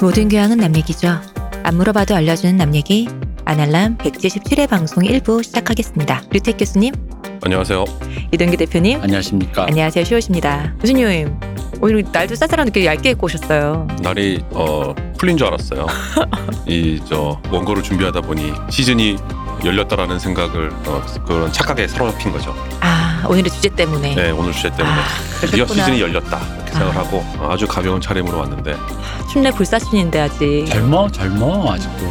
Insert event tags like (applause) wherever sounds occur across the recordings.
모든 교양은 남 얘기죠. 안 물어봐도 알려주는 남 얘기. 아날람 177회 방송 1부 시작하겠습니다. 류택 교수님, 안녕하세요. 이동기 대표님, 안녕하십니까. 안녕하세요. 쇼우십니다. 교수님, 오늘 날도 쌀쌀한 게 얇게 입고 오셨어요. 날이 어, 풀린 줄 (laughs) 알았어요. 이 저 원고를 준비하다 보니 시즌이 열렸다라는 생각을 어, 그런 착각에 사로잡힌 거죠. 아, 오늘의 주제 때문에. 네 오늘 주제 때문에 아, 드디어 그렇구나. 시즌이 열렸다 이렇게 생각을 아. 하고 어, 아주 가벼운 차림으로 왔는데 춘례 불사신인데 아직. 젊어 젊어 아직도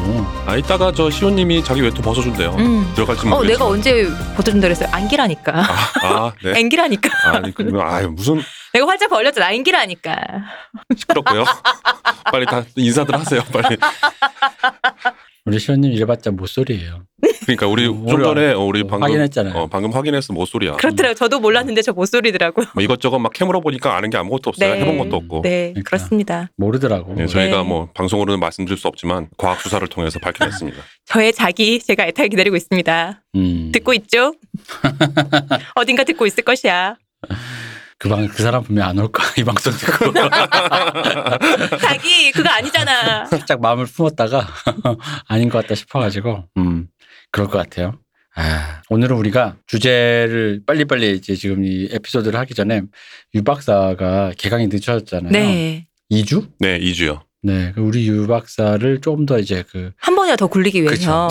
아 이따가 저 시온님이 자기 외투 벗어준대요. 음. 들어갈지 어, 모르겠지만 내가 언제 벗어준다 그랬어요? 안기라니까. 아 네. 안기라니까. (laughs) 아니 그러면 아유 무슨 내가 활짝 벌렸잖아. 안기라니까. 시끄럽고요. (laughs) 빨리 다 인사들 하세요. 빨리. 우리 시원님 이래봤자 못소리예요. 그러니까 우리 좀 오히려 전에 어, 우리 방금 음, 확인했잖아요. 어, 방금 확인했어 모쏠이야. 그렇더라고요. 저도 몰랐는데 저 목소리더라고요. 뭐 이것저것 막 캐물어 보니까 아는 게 아무것도 없어요. 네. 해본 것도 없고. 네, 그러니까. 그렇습니다. 모르더라고. 예, 저희가 네. 뭐 방송으로는 말씀드릴 수 없지만 과학 수사를 통해서 밝혀냈습니다. (laughs) 저의 자기 제가 애타게 기다리고 있습니다. 음, 듣고 있죠? 어딘가 듣고 있을 것이야. 그, 방, 그 사람 분명 안 올 거야 이 방송 듣고 (laughs) 자기 그거 (laughs) 아니잖아. 살짝 마음을 품었다가 (laughs) 아닌 것 같다 싶어가지고 음, 그럴 것 같아요. 아, 오늘은 우리가 주제를 빨리빨리 이제 지금 이 에피소드를 하기 전에 유 박사가 개강이 늦어졌잖아요. 네. 2주? 네, 2주요. 네, 그 우리 유 박사를 조금 더 이제 그 한 번이라 더 굴리기 위해서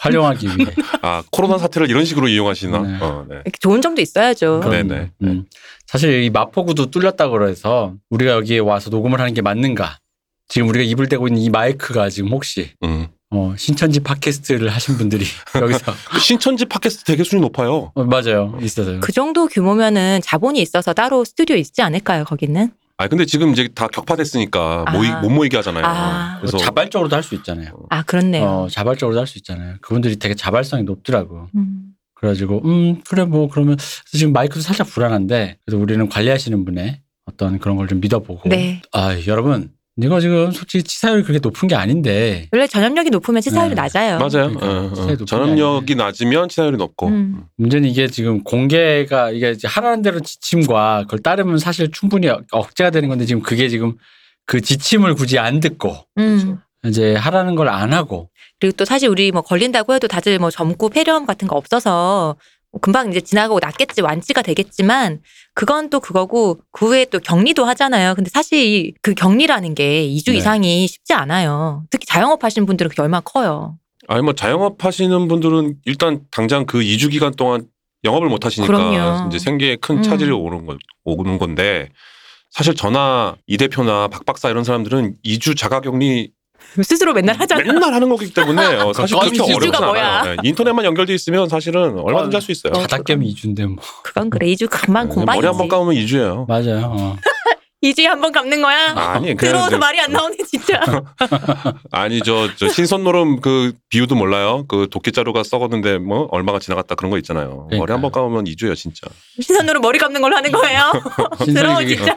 활용하기 위해 아, 코로나 사태를 이런 식으로 이용하시나? 네. 어, 네. 이렇게 좋은 점도 있어야죠. 그럼. 그럼요. 네네. 음. 사실 이 마포구도 뚫렸다고 그래서 우리가 여기에 와서 녹음을 하는 게 맞는가? 지금 우리가 입을 대고 있는 이 마이크가 지금 혹시 음. 어, 신천지 팟캐스트를 하신 분들이 (laughs) 여기서 신천지 팟캐스트 되게 수준이 높아요. 어, 맞아요 있어서요. 그 정도 규모면은 자본이 있어서 따로 스튜디오 있지 않을까요, 거기는? 아, 근데 지금 이제 다 격파됐으니까 아. 모이, 못 모이게 하잖아요. 아. 그래서 자발적으로도 할 수 있잖아요. 아, 그렇네요. 어, 자발적으로도 할 수 있잖아요. 그분들이 되게 자발성이 높더라고. 음. 그래가지고 음 그래 뭐 그러면 지금 마이크도 살짝 불안한데 그래서 우리는 관리하시는 분의 어떤 그런 걸 좀 믿어보고. 네. 아 여러분 이거 지금 솔직히 치사율이 그렇게 높은 게 아닌데 원래 전염력이 높으면 치사율이 네. 낮아요. 맞아요. 그러니까 어, 어. 치사율이 높은 게 전압력이 낮으면 치사율이 높고. 음. 문제는 이게 지금 공개가 이게 이제 하라는 대로 지침과 그걸 따르면 사실 충분히 억- 억제가 되는 건데 지금 그게 지금 그 지침을 굳이 안 듣고 음. 이제 하라는 걸 안 하고 그리고 또 사실 우리 뭐 걸린다고 해도 다들 뭐 젊고 폐렴 같은 거 없어서 금방 이제 지나가고 낫겠지 완치가 되겠지만 그건 또 그거고 그 후에 또 격리도 하잖아요. 근데 사실 이그 격리라는 게 2주 네. 이상이 쉽지 않아요. 특히 자영업 하시는 분들은 그게 얼마나 커요. 아니, 뭐 자영업 하시는 분들은 일단 당장 그 2주 기간 동안 영업을 못 하시니까 그럼요. 이제 생계에 큰 음. 차질이 오는, 거, 오는 건데 사실 저나 이 대표나 박 박사 이런 사람들은 2주 자가격리 스스로 맨날 하잖아요. 음, 맨날 하는 거기 때문에 어, 사실 그건 그렇게 어렵지 이주가 뭐야. 않아요. 네, 인터넷만 연결돼 있으면 사실은 얼마든지 할 수 있어요. 어, 바닥 겸 2주인데 뭐 그건 그래. 2주 금방 네, 공방이지. 머리 한 번 감으면 2주예요. 맞아요. 어. 2주에 한 번 감는 거야? 아니 그냥 들어와서 이제- 말이 안 나오네 (laughs) 진짜. 아니 저, 저 신선노름 그 비유도 몰라요. 그 도끼자루가 썩었는데 뭐 얼마가 지나갔다 그런 거 있잖아요. 머리 그러니까요. 한 번 감으면 2주예요 진짜. 신선으로 머리 감는 걸로 하는 (laughs) 거예요. (laughs) 들어오 신선이 진짜. 되게-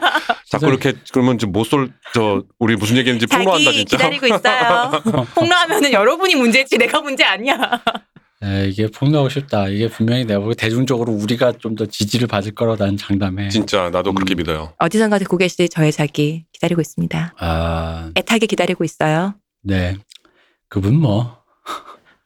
자꾸 이렇게 그러면 이제 못쏠 저 우리 무슨 얘기했는지 폭로한다 자기 진짜. 기다리고 있어요. 폭로하면은 여러분이 문제지 내가 문제 아니야. 네, 이게 폭로하고 싶다. 이게 분명히 내가 보기 대중적으로 우리가 좀 더 지지를 받을 거라고 난 장담해. (laughs) 진짜 나도 그렇게 음. 믿어요. 어디선가 듣고 계실 저의 자기 기다리고 있습니다. 아 애타게 기다리고 있어요. 네. 그분 뭐 (laughs)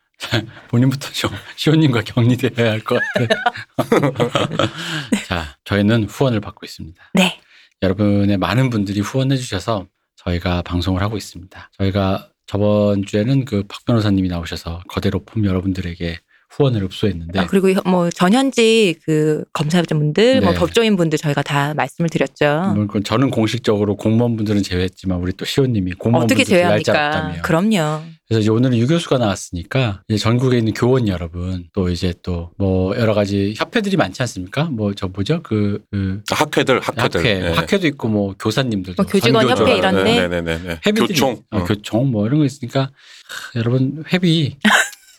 본인부터 좀 시호님과 격리되어야 할 것 같아. (laughs) 자, 저희는 후원을 받고 있습니다. 네. 여러분의 많은 분들이 후원해 주셔서 저희가 방송을 하고 있습니다. 저희가 저번 주에는 그 박 변호사님이 나오셔서 거대로품 여러분들에게 후원을 읍소했는데 아, 그리고 뭐 전현직 그 검사분들, 뭐 네. 법조인분들 저희가 다 말씀을 드렸죠. 물론 저는 공식적으로 공무원분들은 제외했지만 우리 또 시호님이 공무원분들 어떻게 제외할 줄 네. 제외합니까? 알았다며. 그럼요. 그래서 이제 오늘은 유교수가 나왔으니까 이제 전국에 있는 교원 여러분 또 이제 또 뭐 여러 가지 협회들이 많지 않습니까? 뭐 저 뭐죠 그, 그 학회들 학회들. 학회 네. 학회도 있고 뭐 교사님들도 뭐 교직원 선교조. 협회 이런 데? 네네네네. 회비들이- 교총. 아, 어. 교총 뭐 이런 거 있으니까 하, 여러분 회비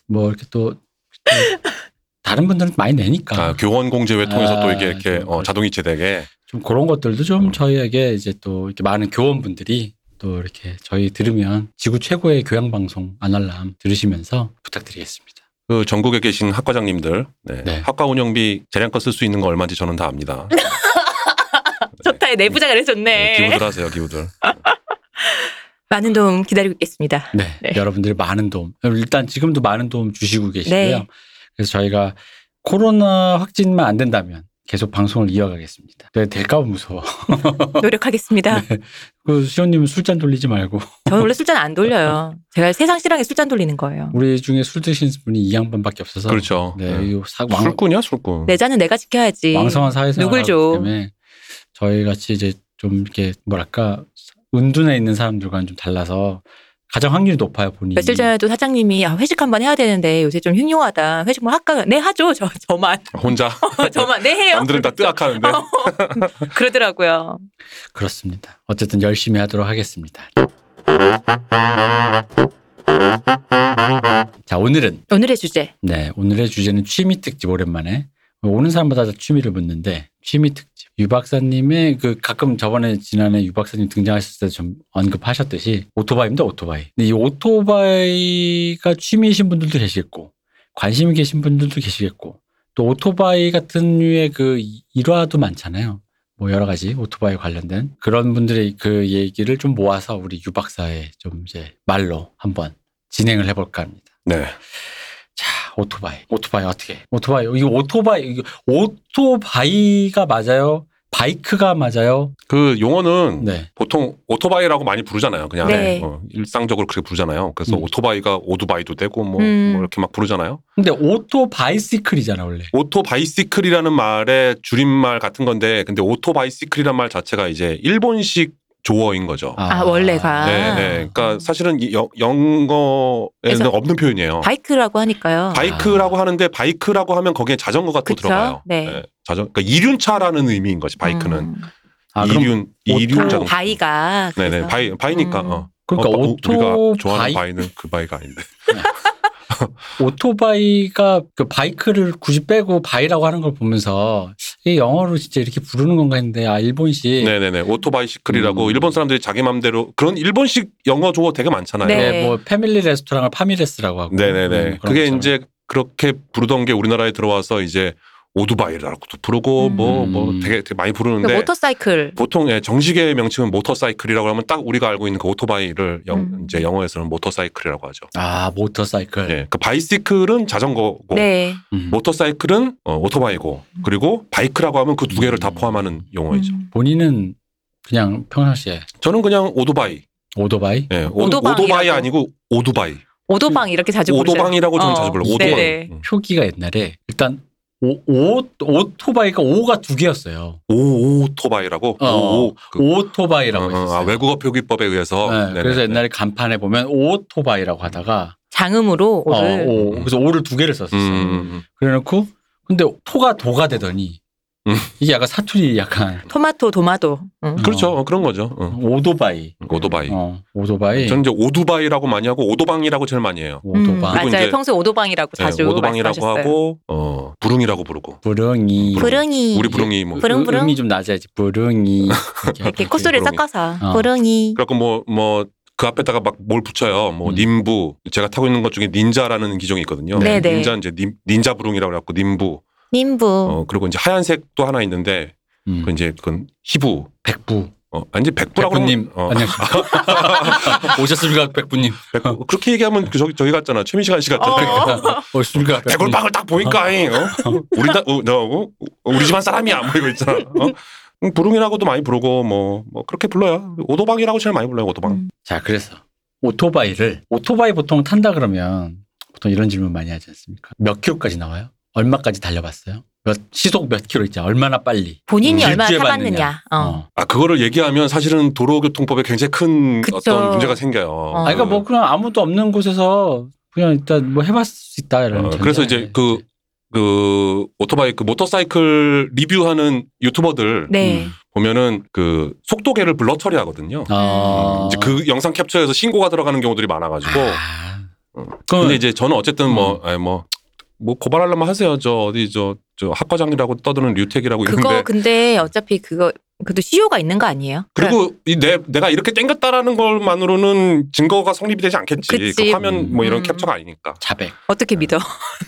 뭐 이렇게 또, 또 다른 분들은 많이 내니까 아, 교원 공제회 통해서 아, 또 이게 이렇게 좀 어, 자동이체 되게 좀 그런 것들도 좀 음. 저희에게 이제 또 이렇게 많은 교원분들이 또 이렇게 저희 들으면 지구 최고의 교양 방송 아날람 들으시면서 부탁드리겠습니다. 그 전국에 계신 학과장님들 네. 네. 학과 운영비 재량껏 쓸 수 있는 거 얼마인지 저는 (laughs) 다 압니다. 좋다. 내부자가 그래줬네. 기부들 하세요, 기부들. 많은 도움 기다리고 (laughs) 있겠습니다. 네, 네. 여러분들이 많은 도움. 일단 지금도 많은 도움 주시고 계시고요. 네. 그래서 저희가 코로나 확진만 안 된다면 계속 방송을 이어가겠습니다. 내가 될까 봐 무서워. (laughs) 노력하겠습니다. 그 시원님 술잔 돌리지 말고 저는 원래 술잔 안 돌려요. 제가 세상 실랑에 술잔 돌리는 거예요. 우리 중에 술 드신 분이 이 양반밖에 없어서 그렇죠. 네, 네. 이거 사- 왕- 술꾼이야 술꾼. 내 잔은 내가 지켜야지. 왕성한 사회생활 네. 누굴 하기 줘. 때문에 저희 같이 이제 좀 이렇게 뭐랄까 은둔에 있는 사람들과는 좀 달라서 가장 확률이 높아요 본인이. 며칠 전에도 사장님이 아, 회식 한 번 해야 되는데 요새 좀 흉흉하다. 회식 뭐 할까? 네 하죠. 저 저만 (laughs) 혼자 저만 네 해요. 남들은 다 뜨악하는데 어. 그러더라고요. 그렇습니다. 어쨌든 열심히 하도록 하겠습니다. 자 오늘은 오늘의 주제 네 오늘의 주제는 취미 특집 오랜만에 오는 사람마다 다 취미를 묻는데 취미 특집 유 박사님의 그 가끔 저번에 지난해 유 박사님 등장하셨을 때 좀 언급하셨듯이 오토바이입니다 오토바이 근데 이 오토바이가 취미이신 분들도 계시겠고 관심이 계신 분들도 계시겠고 또 오토바이 같은 류의 그 일화도 많잖아요 뭐 여러 가지 오토바이 관련된 그런 분들의 그 얘기를 좀 모아서 우리 유 박사의 좀 이제 말로 한번 진행을 해볼까 합니다. 네. 자, 오토바이. 오토바이 어떻게? 해? 오토바이. 이거 오토바이. 이거 오토바이가 맞아요? 바이크가 맞아요? 그 용어는 네. 보통 오토바이라고 많이 부르잖아요. 그냥 네. 어, 일상적으로 그렇게 부르잖아요. 그래서 음. 오토바이가 오토바이도 되고 뭐, 음. 뭐 이렇게 막 부르잖아요. 근데 오토바이시클이잖아, 원래. 오토바이시클이라는 말의 줄임말 같은 건데 근데 오토바이시클이란 말 자체가 이제 일본식 조어인 거죠. 아, 원래가 네, 네. 그러니까 사실은 이 영- 영어에는 아. 그래서 없는 표현이에요. 바이크라고 하니까요. 어. 아. 바이크라고 하는데 바이크라고 하면 거기에 자전거가 또 그쵸? 들어가요. 네. 자전 그러니까 이륜차라는 의미인 거지 바이크는 음. 아, 그럼 이륜 오토- 이륜 자동차. 바이가 네네 그래서. 바이 바이니까 음. 어. 그러니까 어, 바- 우리가 좋아하는 오토바이 바이... 는그 바이가 아닌데. 오토바이가 그 바이크를 굳이 빼고 바이라고 하는 걸 보면서 이게 영어로 진짜 이렇게 부르는 건가 했는데 아, 예. 일본식 네네네 오토바이시클이라고 음. 일본 사람들이 자기 맘대로 그런 일본식 영어 조어 되게 많잖아요. 네. 음, 네, 뭐 패밀리 레스토랑을 파미레스라고 하고 네네네. 네, 그런 그게 것처럼. 이제 그렇게 부르던 게 우리나라에 들어와서 이제 오토바이라고도 부르고 음. 뭐 뭐 음. 되게 되게 많이 그러니까 부르는데 모터사이클 보통 예, 정식의 명칭은 모터사이클이라고 하면 딱 우리가 알고 있는 그 오토바이를 영, 음. 이제 영어에서는 모터사이클이라고 하죠. 아, 모터사이클. 예, 그 바이시클은 자전거고 네. 음. 모터사이클은 어, 오토바이고 그리고 바이크라고 하면 그 두 개를 다 음. 포함하는 용어이죠. 음. 본인은 그냥 평상시에 저는 그냥 오토바이. 오토바이 예, 오- 오도방이라고. 오토바이 아니고 오토바이. 오도방 이렇게 자주 부르잖아요. 오도방이라고 저는 어, 자주 불러요. 오도방. 네네. 음. 표기가 옛날에 일단 오, 오, 오토바이가 오가 두 개였어요. 음. 오 오토바이라고. 어, 오, 오, 그- 오토바이라고 어, 어, 했었어요. 아, 외국어 표기법에 의해서. 네, 네네, 그래서 네. 옛날에 간판에 보면 오토바이라고 하다가 장음으로 아, 어, 오를 오, 그래서 오를 두 개를 썼었어요. 음, 그래놓고 근데 토가 도가 되더니 음. 이게 약간 사투리 약간 토마토 도마도. 응. 그렇죠. 어, 그런 거죠. 어. 오토바이. 오토바이. 음. 어, 오토바이. 저는 이제 오두바이라고 많이 하고 오도방이라고 제일 많이 해요. 음, 오토바이. 그리고 맞아요. 이제- 평소에 오도방이라고 자주 네, 오도방이라고 말씀하셨어요. 하고 어, 부릉이라고 부르고. 음. 부릉이. 부릉이. 우리 부릉이 뭐. 부릉, 부릉. 음이 좀 낮아야지. 부릉이. 이렇게 (laughs) 이렇게 하고 콧소리를 부릉이. 섞어서 어. 부릉이. 그래갖고 뭐 뭐 그 앞에다가 막 뭘 붙여요. 뭐 음. 님부. 제가 타고 있는 것 중에 닌자라는 기종이 있거든요. 네, 네. 닌자 이제 닌, 닌자 부릉이라고 그래갖고 님부. 님부. 음. 어 그리고 이제 하얀색 또 하나 있는데 음, 그 이제 그건 희부. 백부. 어 아니 백부라고 백부님 그러면- 어, 안녕하십니까 오셨습니까 백부님 (laughs) 백부. 그렇게 얘기하면 그 저기 저희 같잖아. 최민식 아저씨 같잖아. (laughs) 어. (laughs) 오셨습니까 백부님 대골빵을 딱 보니까 잉, 어? 우리 다 우, 너, 어? 우리 집안 사람이야 뭐 이거 있잖아. 어? 음, 부릉이라고도 많이 부르고 뭐, 뭐 그렇게 불러요. 오도방이라고 제일 많이 불러요 오도방. 음. 자 그래서 오토바이를 오토바이 보통 탄다 그러면 보통 이런 질문 많이 하지 않습니까 몇 킬로까지 나와요 얼마까지 달려봤어요 몇 시속 몇 킬로 있잖아 얼마나 빨리 본인이 음, 얼마나 일주에 타봤느냐. 어. 어. 아 그거를 얘기하면 사실은 도로교통법에 굉장히 큰 그쵸. 어떤 문제가 생겨요. 어, 아, 아 그러니까 뭐 그냥 아무도 없는 곳에서 그냥 일단 뭐 해봤을 수 있다 이런 어, 그래서 전제하에. 이제 그- 그 오토바이 그 모터사이클 리뷰하는 유튜버들 네. 음. 보면은 그 속도계를 블러 처리하거든요. 아. 이제 그 영상 캡처해서 신고가 들어가는 경우들이 많아가지고. 아. 음. 그럼 근데 이제 저는 어쨌든 뭐, 음. 아니 뭐, 뭐 고발하려면 하세요. 저 어디 저, 저 학과장이라고 떠드는 류택이라고 그거 있는데. 근데 어차피 그거 그래도 CEO가 있는 거 아니에요? 그러니까 그리고 이 내, 내가 이렇게 땡겼다라는 것만으로는 증거가 성립이 되지 않겠지. 그치. 그 화면 뭐 이런 음. 캡처가 아니니까. 자백. 어떻게 믿어?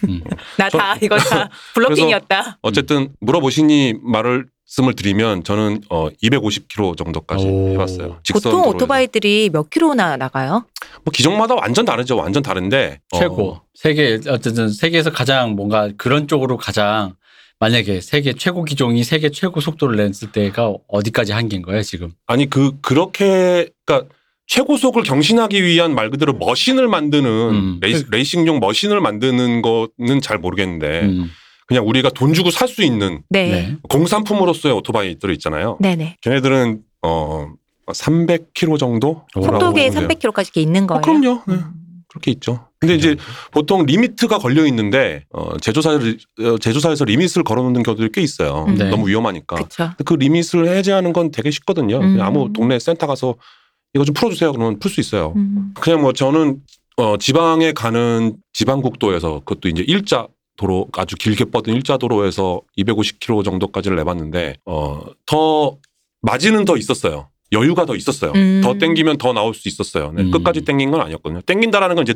음. (laughs) 나 다 (laughs) 이거 다 블러핑이었다. 어쨌든 물어보시니 말을 씀을 드리면 저는 어 250km 정도까지 오. 해봤어요. 직선 보통 도로에서. 오토바이들이 몇 킬로나 나가요? 뭐 기종마다 완전 다르죠. 완전 다른데 어, 최고 세계 어쨌든 세계에서 가장 뭔가 그런 쪽으로 가장 만약에 세계 최고 기종이 세계 최고 속도를 냈을 때가 어디까지 한계인 거예요 지금? 아니 그 그렇게 그러니까 최고속을 경신하기 위한 말 그대로 머신을 만드는 음. 레이, 그 레이싱용 머신을 만드는 거는 잘 모르겠는데 음. 그냥 우리가 돈 주고 살 수 있는 네. 공산품으로서의 오토바이들 있잖아요. 네. 네 걔네들은 어 300km 정도 오. 속도계에 돌아오고 이제- 300킬로까지 이렇게 있는 거예요. 어, 그럼요. 네. 음. 그렇게 있죠. 근데 이제 보통 리미트가 걸려 있는데 어, 제조사를 어, 제조사에서 리밋을 걸어놓는 경우들이 꽤 있어요. 음. 네. 너무 위험하니까. 근데 그쵸. 그 리밋을 해제하는 건 되게 쉽거든요. 음. 그냥 아무 동네 센터 가서 이거 좀 풀어주세요. 그러면 풀 수 있어요. 음. 그냥 뭐 저는 어, 지방에 가는 지방국도에서 그것도 이제 일자 도로 아주 길게 뻗은 일자 도로에서 250km 정도까지를 내봤는데 어, 어더 마진은 더 있었어요. 여유가 더 있었어요. 음. 더 땡기면 더 나올 수 있었어요. 네, 음. 끝까지 땡긴 건 아니었거든요. 땡긴다라는 건 이제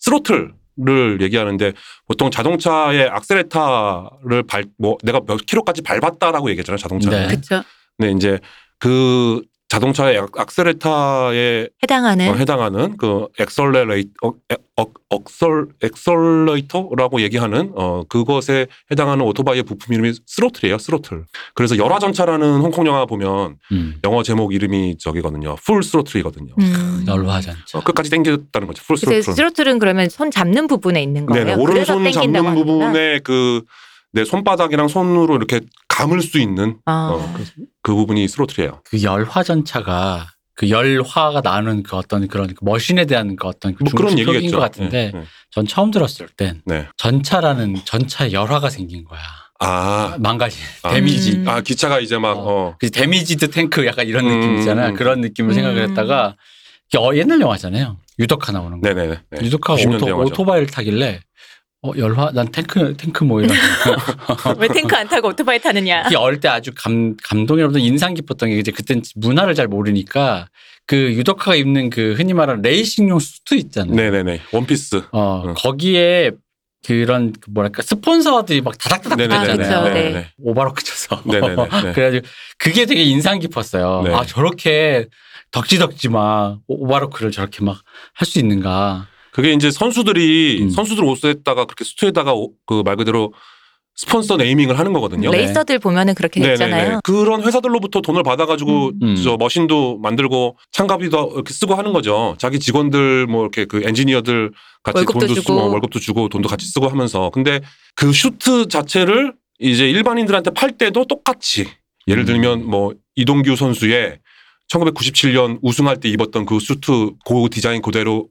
스로틀을 얘기하는데 보통 자동차의 악셀레타를 발 뭐 내가 몇 킬로까지 밟았다라고 얘기하잖아요. 자동차는. 네. 그쵸. 근데 이제 그 자동차의 악- 악셀레타의 해당하는. 어, 해당하는 그 엑설레레이 어, 에- 어, 억설 엑설레이터라고 얘기하는 어 그것에 해당하는 오토바이의 부품 이름이 스로틀이에요 스로틀 그래서 열화전차라는 홍콩 영화 보면 음. 영어 제목 이름이 저기거든요 풀 스로틀이거든요 음. 널로하지 않죠. 어, 끝까지 당겼다는 거죠 풀 그래서 스로틀 스로틀은 그러면 손 잡는 부분에 있는 거예요. 네네 그래서 오른손 땡긴다고 잡는 하는구나. 부분에 그 내 손바닥이랑 손으로 이렇게 감을 수 있는 아. 어, 그, 그 부분이 스로틀이에요. 그 열화 전차가 그 열화가 나는 그 어떤 그런 그 머신에 대한 그 어떤 그 뭐 그런 중심 얘기겠죠. 표기인 것 같은데 네, 네. 전 처음 들었을 땐 네. 전차라는 전차 열화가 생긴 거야. 아, 망가지 아. 데미지. 음. 아 기차가 이제 막 어. 어, 그 데미지드 탱크 약간 이런 음, 느낌 있잖아. 음. 그런 느낌을 음. 생각을 했다가 이게 어, 옛날 영화잖아요. 유덕화 나오는 거. 네네네. 네. 유덕화 90년대 오토, 영화죠. 오토바이를 타길래 어 열화 난 탱크 탱크 뭐 이런 왜 탱크 안 타고 오토바이 타느냐. 이게 어릴 때 아주 감 감동이라보다 인상 깊었던 게 이제 그땐 문화를 잘 모르니까 그 유덕화가 입는 그 흔히 말하는 레이싱용 수트 있잖아요. 네네네. 원피스. 어 음. 거기에 그런 그 뭐랄까 스폰서들이 막 다닥다닥 네네네. 그렇죠. 그쵸, 붙잖아요. 네. 네네네. 오바로크 쳐서 (laughs) 네네네. 네. (laughs) 그래가지고 그게 되게 인상 깊었어요. 네. 아 저렇게 덕지덕지 막 오- 오바로크를 저렇게 막 할 수 있는가. 그게 이제 선수들이 음. 선수들 옷에다가 그렇게 수트에다가 그 말 그대로 스폰서 (laughs) 네이밍을 하는 거거든요. 네. 레이서들 보면은 그렇게 됐잖아요. 그런 회사들로부터 돈을 받아가지고 음. 저 머신도 만들고 창가비도 이렇게 쓰고 하는 거죠. 자기 직원들 뭐 이렇게 그 엔지니어들 같이 월급도 돈도 주고. 쓰고 어, 월급도 주고 돈도 같이 쓰고 하면서 근데 그 슈트 자체를 이제 일반인들한테 팔 때도 똑같이 예를 음. 들면 뭐 이동규 선수의 1997년 우승할 때 입었던 그 슈트 그 디자인 그대로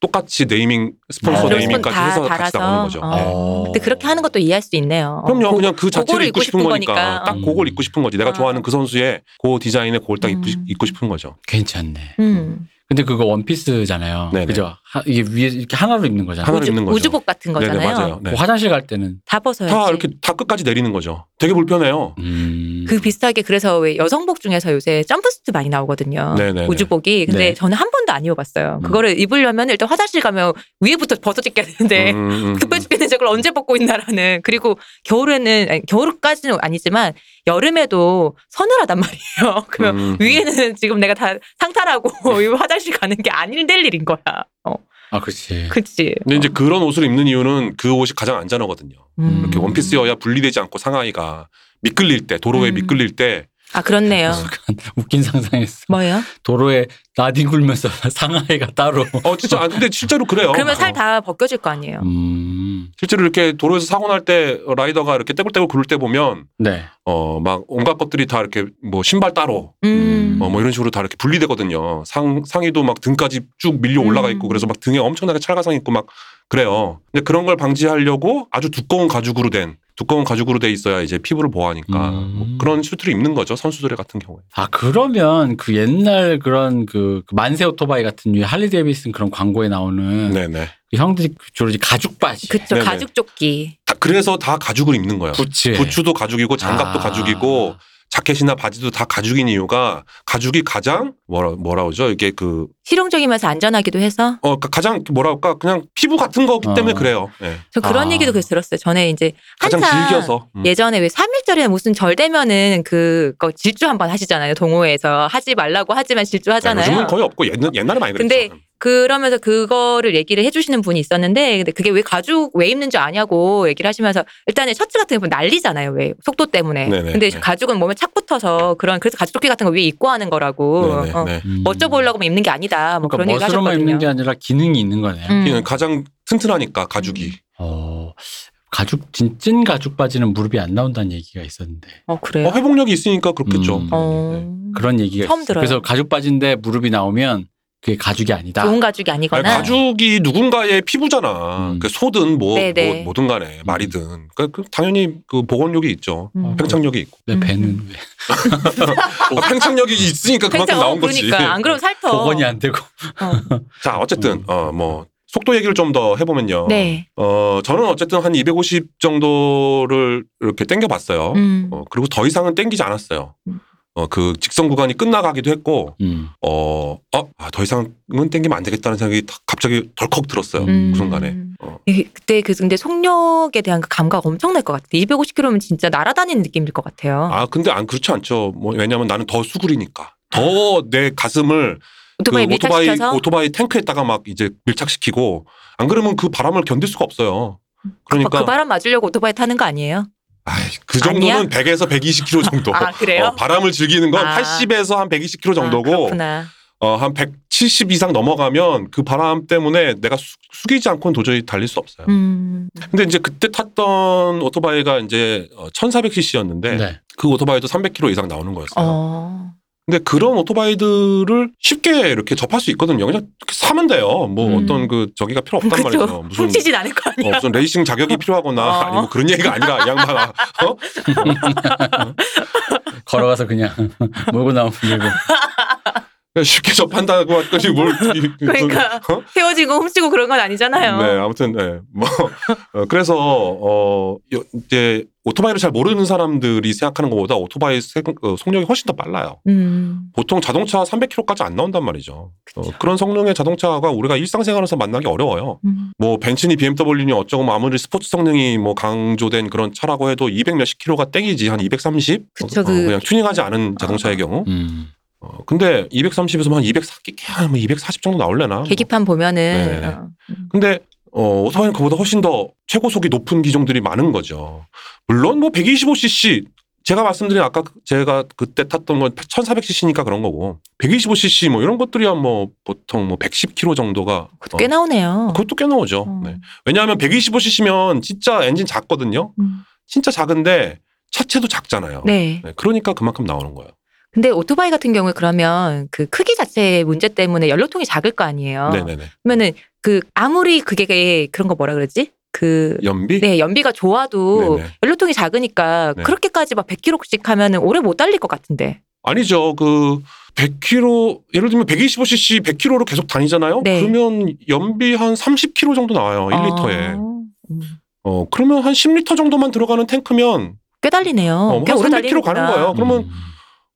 똑같이 네이밍 스폰서 아, 네이밍까지 다 해서 같이 달아서. 나오는 거죠. 어. 네. 어. 근데 그렇게 하는 것도 이해할 수 있네요. 어, 그럼요. 고- 그냥 그 그거를 자체를 입고 싶은 거니까. 거니까. 딱 그걸 입고 싶은 거지. 내가 어. 좋아하는 그 선수의 그 디자인의 그걸 딱 입고, 음. 입고 싶은 거죠. 괜찮네. 음. 근데 그거 원피스잖아요. 네네. 그죠? 하- 이게 위에 이렇게 하나로 입는 거잖아요. 하나로 우주, 입는 거죠. 우주복 같은 거잖아요. 네네, 맞아요. 네. 뭐 화장실 갈 때는 다 벗어야지. 다 이렇게 다 끝까지 내리는 거죠. 되게 불편해요. 음. 그 비슷하게 그래서 왜 여성복 중에서 요새 점프스트 많이 어. 나오거든요. 네네네. 우주복이. 근데 네. 저는 한 번도 안 입어봤어요. 음. 그거를 입으려면 일단 화장실 가면 위에부터 벗어 찢게 되는데 음, 음, 음. (laughs) 급해 죽겠는데 저걸 언제 벗고 있나라는 그리고 겨울에는 아니, 겨울까지는 아니지만 여름에도 서늘하단 말이에요. (laughs) 그러면 음. 네. 위에는 지금 내가 다 상탈하고 이 (laughs) 화장실 가는 게 아닐 될 일인 거야. 어, 아 그렇지. 그치. 근데 이제 그런 옷을 입는 이유는 그 옷이 가장 안전하거든요. 음. 음. 이렇게 그 원피스여야 분리되지 않고 상하이가 미끌릴 때 도로에 음. 미끌릴 때 아 그렇네요. 웃긴 상상했어. (laughs) 뭐예요? 도로에 나디 굴면서 (laughs) 상하이가 (laughs) 따로. 어 진짜 아 근데 실제로 그래요. 그러면 어. 살 다 벗겨질 거 아니에요. 음. 실제로 이렇게 도로에서 사고 날 때 라이더가 이렇게 떼굴떼굴 구를 때 보면 네. 어 막 온갖 것들이 다 이렇게 뭐 신발 따로 음. 어, 뭐 이런 식으로 다 이렇게 분리되거든요. 상, 상의도 막 등까지 쭉 밀려 올라가 있고 음. 그래서 막 등에 엄청나게 찰가상 있고 막 그래요. 근데 그런 걸 방지하려고 아주 두꺼운 가죽으로 된 두꺼운 가죽으로 돼 있어야 이제 피부를 보호하니까 음. 뭐 그런 슈트를 입는 거죠. 선수들 같은 경우에. 아 그러면 그 옛날 그런 그 만세 오토바이 같은 유 할리 데이비슨 그런 광고에 나오는 네네. 그 형들이 주로 이제 가죽 바지, 그쵸 네네. 가죽 조끼. 다- 그래서 다 가죽을 입는 거예요. 부츠, 부츠도 가죽이고 장갑도 아. 가죽이고 자켓이나 바지도 다 가죽인 이유가 가죽이 가장 뭐라 뭐라 그러죠? 이게 그 실용적이면서 안전하기도 해서 어, 가- 가장 뭐라 할까 그냥 피부 같은 거기 어. 때문에 그래요. 예. 저 그런 아. 얘기도 그래서 들었어요. 전에 이제 가장 한참 질겨서. 음. 예전에 왜 3일절이나 무슨 절 되면은 그거 질주 한번 하시잖아요. 동호회에서 하지 말라고 하지만 질주 아, 하잖아요. 요즘은 거의 없고 옛날 옛날에 많이 그랬죠. 음. 근데 그러면서 그거를 얘기를 해주시는 분이 있었는데 근데 그게 왜 가죽 왜 입는 줄 아냐고 얘기를 하시면서 일단은 셔츠 같은 게 보면 날리잖아요 왜 속도 때문에 네네, 근데 네. 가죽은 몸에 착 붙어서 그런 그래서 가죽 조끼 같은 거 위에 입고 하는 거라고 네네, 어, 네. 음. 멋져 보이려고만 입는 게 아니다 뭐 그러니까 그런 얘기 멋으로만 하셨거든요 입는 게 아니라 기능이 있는 거네요. 음. 이는 가장 튼튼하니까 가죽이. 어, 가죽 진, 찐 가죽 바지는 무릎이 안 나온다는 얘기가 있었는데 어 그래요 어, 회복력이 있으니까 그렇겠죠. 음. 어, 네. 그런 얘기가 처음 있어요. 들어요. 그래서 가죽 바지인데 무릎이 나오면 그게 가죽이 아니다. 좋은 가죽이 아니, 아니거나 가죽이 누군가의 피부잖아. 음. 그 소든 뭐, 네네. 뭐 뭐든 간에 말이든 그, 그 당연히 그 보건력이 있죠. 음. 팽창력이 있고. 내 배는 왜 아, 팽창력이 있으니까 그만큼 팽창, 나온 거지. 그러니까 안 그러면 살터 복원이 안 되고. 어. 자, 어쨌든 어 뭐 속도 얘기를 좀 더 해보면요. 네 어 저는 어쨌든 한 250 정도를 이렇게 땡겨봤어요. 음. 어, 그리고 더 이상은 땡기지 않았어요. 음. 어, 그 직선 구간이 끝나가기도 했고, 음. 어, 어, 아, 더 이상은 땡기면 안 되겠다는 생각이 다- 갑자기 덜컥 들었어요. 음. 그 순간에. 어. 예, 그때 그 근데 속력에 대한 그 감각 엄청날 것 같아요. 250km면 진짜 날아다니는 느낌일 것 같아요. 아, 근데 안 그렇지 않죠. 뭐, 왜냐면 나는 더 수그리니까. 더 내 음. 가슴을 오토바이 그 오토바이, 밀착시켜서 오토바이 탱크에다가 막 이제 밀착시키고, 안 그러면 그 바람을 견딜 수가 없어요. 그러니까, 그 바람 맞으려고 오토바이 타는 거 아니에요? 아이, 그 정도는 아니야? 100에서 120km 정도. 아 그래요? 어, 바람을 즐기는 건 아. 80에서 한 120km 아, 정도고, 그렇구나. 어, 한 170 이상 넘어가면 그 바람 때문에 내가 수, 숙이지 않고는 도저히 달릴 수 없어요. 음. 근데 이제 그때 탔던 오토바이가 이제 1400cc였는데 네. 그 오토바이도 300km 이상 나오는 거였어요. 어. 근데 그런 오토바이들을 쉽게 이렇게 접할 수 있거든요. 그냥 이렇게 사면 돼요. 뭐 음. 어떤 그 저기가 필요 없단 말이죠. 그렇죠. 무슨 훔치진 않을 거 어, 아니에요. 무슨 레이싱 자격이 필요하거나 어. 아니 뭐 그런 얘기가 아니라 이 양반아. 어? 걸어가서 그냥 (laughs) 몰고 나오면 되고. 그냥 쉽게 접한다고 할것이 뭘 이- 그러니까. 어? 세워지고 훔치고 그런 건 아니잖아요. 네, 아무튼 네. 뭐 어, 그래서 어 여- 이제 오토바이를 잘 모르는 사람들이 생각하는 것보다 오토바이 세- 어, 속력이 훨씬 더 빨라요. 음. 보통 자동차 300km까지 안 나온단 말이죠. 어, 그쵸. 그런 성능의 자동차가 우리가 일상생활에서 만나기 어려워요. 음. 뭐 벤츠니 BMW니 어쩌고 뭐 아무리 스포츠 성능이 뭐 강조된 그런 차라고 해도 200 몇십 킬로가 땡이지 한 230. 그쵸, 어, 그- 아. 그냥 튜닝하지 않은 자동차의 경우. 음. 어, 근데 230에서 뭐 한 240, 하면 240 정도 나올래나. 뭐. 계기판 보면은 네네네. 어. 근데 어, 오토바이는 그보다 훨씬 더 최고 속이 높은 기종들이 많은 거죠. 물론 뭐 125cc 제가 말씀드린 아까 그- 제가 그때 탔던 건 1400cc니까 그런 거고 125cc 뭐 이런 것들이야 뭐 보통 뭐 110km 정도가 어, 그것도 꽤 나오네요. 아, 그것도 꽤 나오죠. 어. 그렇죠. 네. 왜냐하면 125cc면 진짜 엔진 작거든요. 음. 진짜 작은데 차체도 작잖아요. 네. 네, 그러니까 그만큼 나오는 거예요. 근데 오토바이 같은 경우에 그러면 그 크기 자체의 문제 때문에 연료통이 작을 거 아니에요. 네네네. 그러면은 그 아무리 그게 그런 거 뭐라 그러지? 그 연비? 네, 연비가 좋아도 네네. 연료통이 작으니까 네. 그렇게까지 막 100km씩 하면은 오래 못 달릴 것 같은데. 아니죠. 그 100km 예를 들면 125cc 100km로 계속 다니잖아요. 네. 그러면 연비 한 30km 정도 나와요. 어, 1리터에. 아, 음. 어 그러면 한 10리터 정도만 들어가는 탱크면 꽤 달리네요. 어, 한 꽤 오래 300km 달리는구나. 가는 거예요. 어, 그러면 음.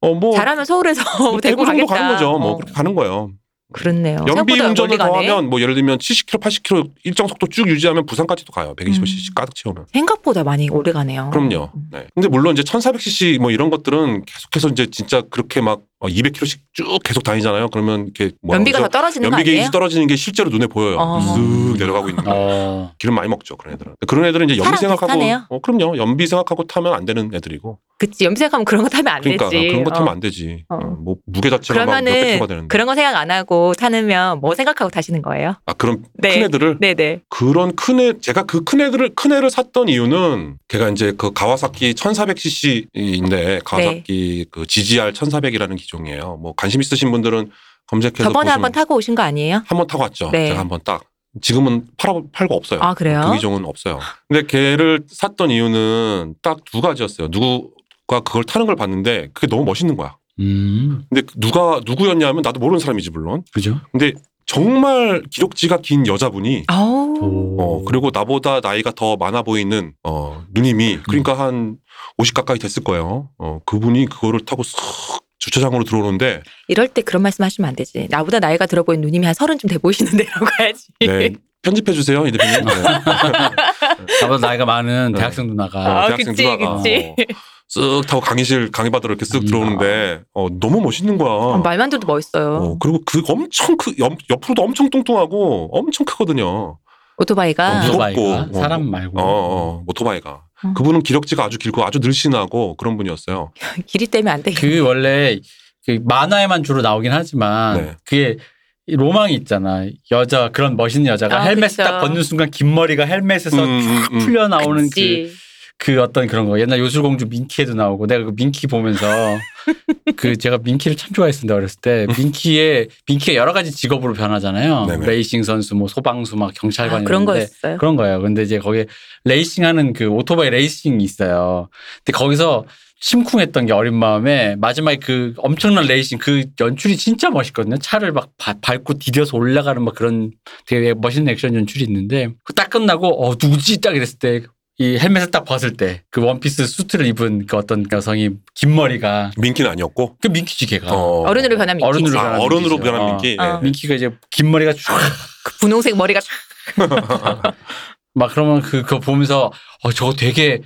어뭐 잘하면 서울에서 (laughs) 대구 대구 가겠다. 정도 가는 거죠. 뭐 어, 그렇게 가는 거예요. 그렇네요. 연비 생각보다 멀리 운전을 가네. 더하면 뭐 예를 들면 70km, 80km 일정 속도 쭉 유지하면 부산까지도 가요. 125cc 음. 가득 채우면. 생각보다 많이 오래 가네요. 그럼요. 음. 네. 근데 물론 이제 1400cc 뭐 이런 것들은 계속해서 이제 진짜 그렇게 막 200km씩 쭉 계속 다니잖아요. 그러면 이렇게 뭐라 연비가 그러죠? 더 떨어지는 거 연비 아니에요? 게이지 떨어지는 게 실제로 눈에 보여요. 어. 쓱 내려가고 있는 거. 어. 기름 많이 먹죠 그런 애들은. 그런 애들은 이제 연비 사람 생각하고 비슷하네요. 어, 그럼요 연비 생각하고 타면 안 되는 애들이고 그치. 염색하면 그런 거 타면 안 그러니까 되지. 그런 거 타면 어. 안 되지. 어. 어, 뭐 무게 자체가 막 몇백 킬로가 그러면은 되는데. 그런 거 생각 안 하고 타면 뭐 생각하고 타시는 거예요? 아 그런 네. 큰 애들을 네네. 그런 큰 애 제가 그 큰 애들을 큰 애를 샀던 이유는 걔가 이제 그 가와사키 1400cc인데 네. 가와사키 그 GGR 1400이라는 기종이에요. 뭐 관심 있으신 분들은 검색해서 저번에 보시면 한번 타고 오신 거 아니에요? 한번 타고 왔죠. 네. 제가 한번 딱. 지금은 팔아, 팔고 없어요. 아, 그래요? 그 기종은 없어요. 근데 걔를 샀던 이유는 딱 두 가지였어요. 누가 그걸 타는 걸 봤는데 그게 너무 멋있는 거야. 음. 근데 누가, 누구였냐면 나도 모르는 사람이지, 물론. 그죠? 근데 정말 기록지가 긴 여자분이 아우. 어, 그리고 나보다 나이가 더 많아 보이는 어, 누님이 음. 그러니까 한 50 가까이 됐을 거예요. 어, 그분이 그거를 타고 쓱 주차장으로 들어오는데 이럴 때 그런 말씀 하시면 안 되지. 나보다 나이가 들어 보이는 누님이 한 서른쯤 돼 보이시는데라고 (laughs) 해야지. 네, 편집해 주세요, 이 대표님. 네. 음. 나보다 나이가 많은 네. 대학생 어, (laughs) 누나가 아, 대학생 그치, 누나가 그치. 어, 쓱 타고 강의실 강의받으러 이렇게 쓱 음. 들어오는데 어, 너무 멋있는 거야. 어, 말만 들어도 멋있어요. 어, 그리고 그 엄청 크 옆, 옆으로도 엄청 뚱뚱하고 엄청 크거든요. 오토바이가 무섭고, 오토바이가 어. 사람 말고 어, 어 오토바이가. 음. 그분은 기럭지가 아주 길고 아주 늘씬하고 그런 분이었어요. (laughs) 길이 때문에 안 되겠네. 그 원래 그 만화에만 주로 나오긴 하지만 네. 그게 이 로망이 있잖아 여자 그런 멋있는 여자가 아, 헬멧 그쵸. 딱 벗는 순간 긴 머리가 헬멧에서 음, 음, 음. 풀려 나오는 그, 그치. 그 어떤 그런 거 옛날 요술공주 민키에도 나오고 내가 그 (laughs) 민키 보면서 그 제가 민키를 참 좋아했습니다 어렸을 때 음. 민키의 민키가 여러 가지 직업으로 변하잖아요 네네. 레이싱 선수 뭐 소방수 막 경찰관 아, 그런 이런데 거였어요. 그런 거예요. 근데 이제 거기에 레이싱하는 그 오토바이 레이싱이 있어요. 근데 거기서 심쿵했던 게 어린 마음에 마지막에 그 엄청난 레이싱 그 연출이 진짜 멋있거든요. 차를 막 바- 밟고 디뎌서 올라가는 막 그런 되게 멋있는 액션 연출이 있는데 그 딱 끝나고 어 누구지 딱 이랬을 때 이 헬멧을 딱 벗을 때 그 원피스 수트를 입은 그 어떤 여성이 긴 머리가 민기는 아니었고. 그 민키지 걔가 어. 어른으로 변하면 어른으로 있겠지. 아, 변한 어른으로 민기죠. 변한 어. 민기. 어. 네. 민키가 이제 긴 머리가 쫙 그 분홍색 머리가 촥 막 그러면 그, 그거 보면서 어, 저거 되게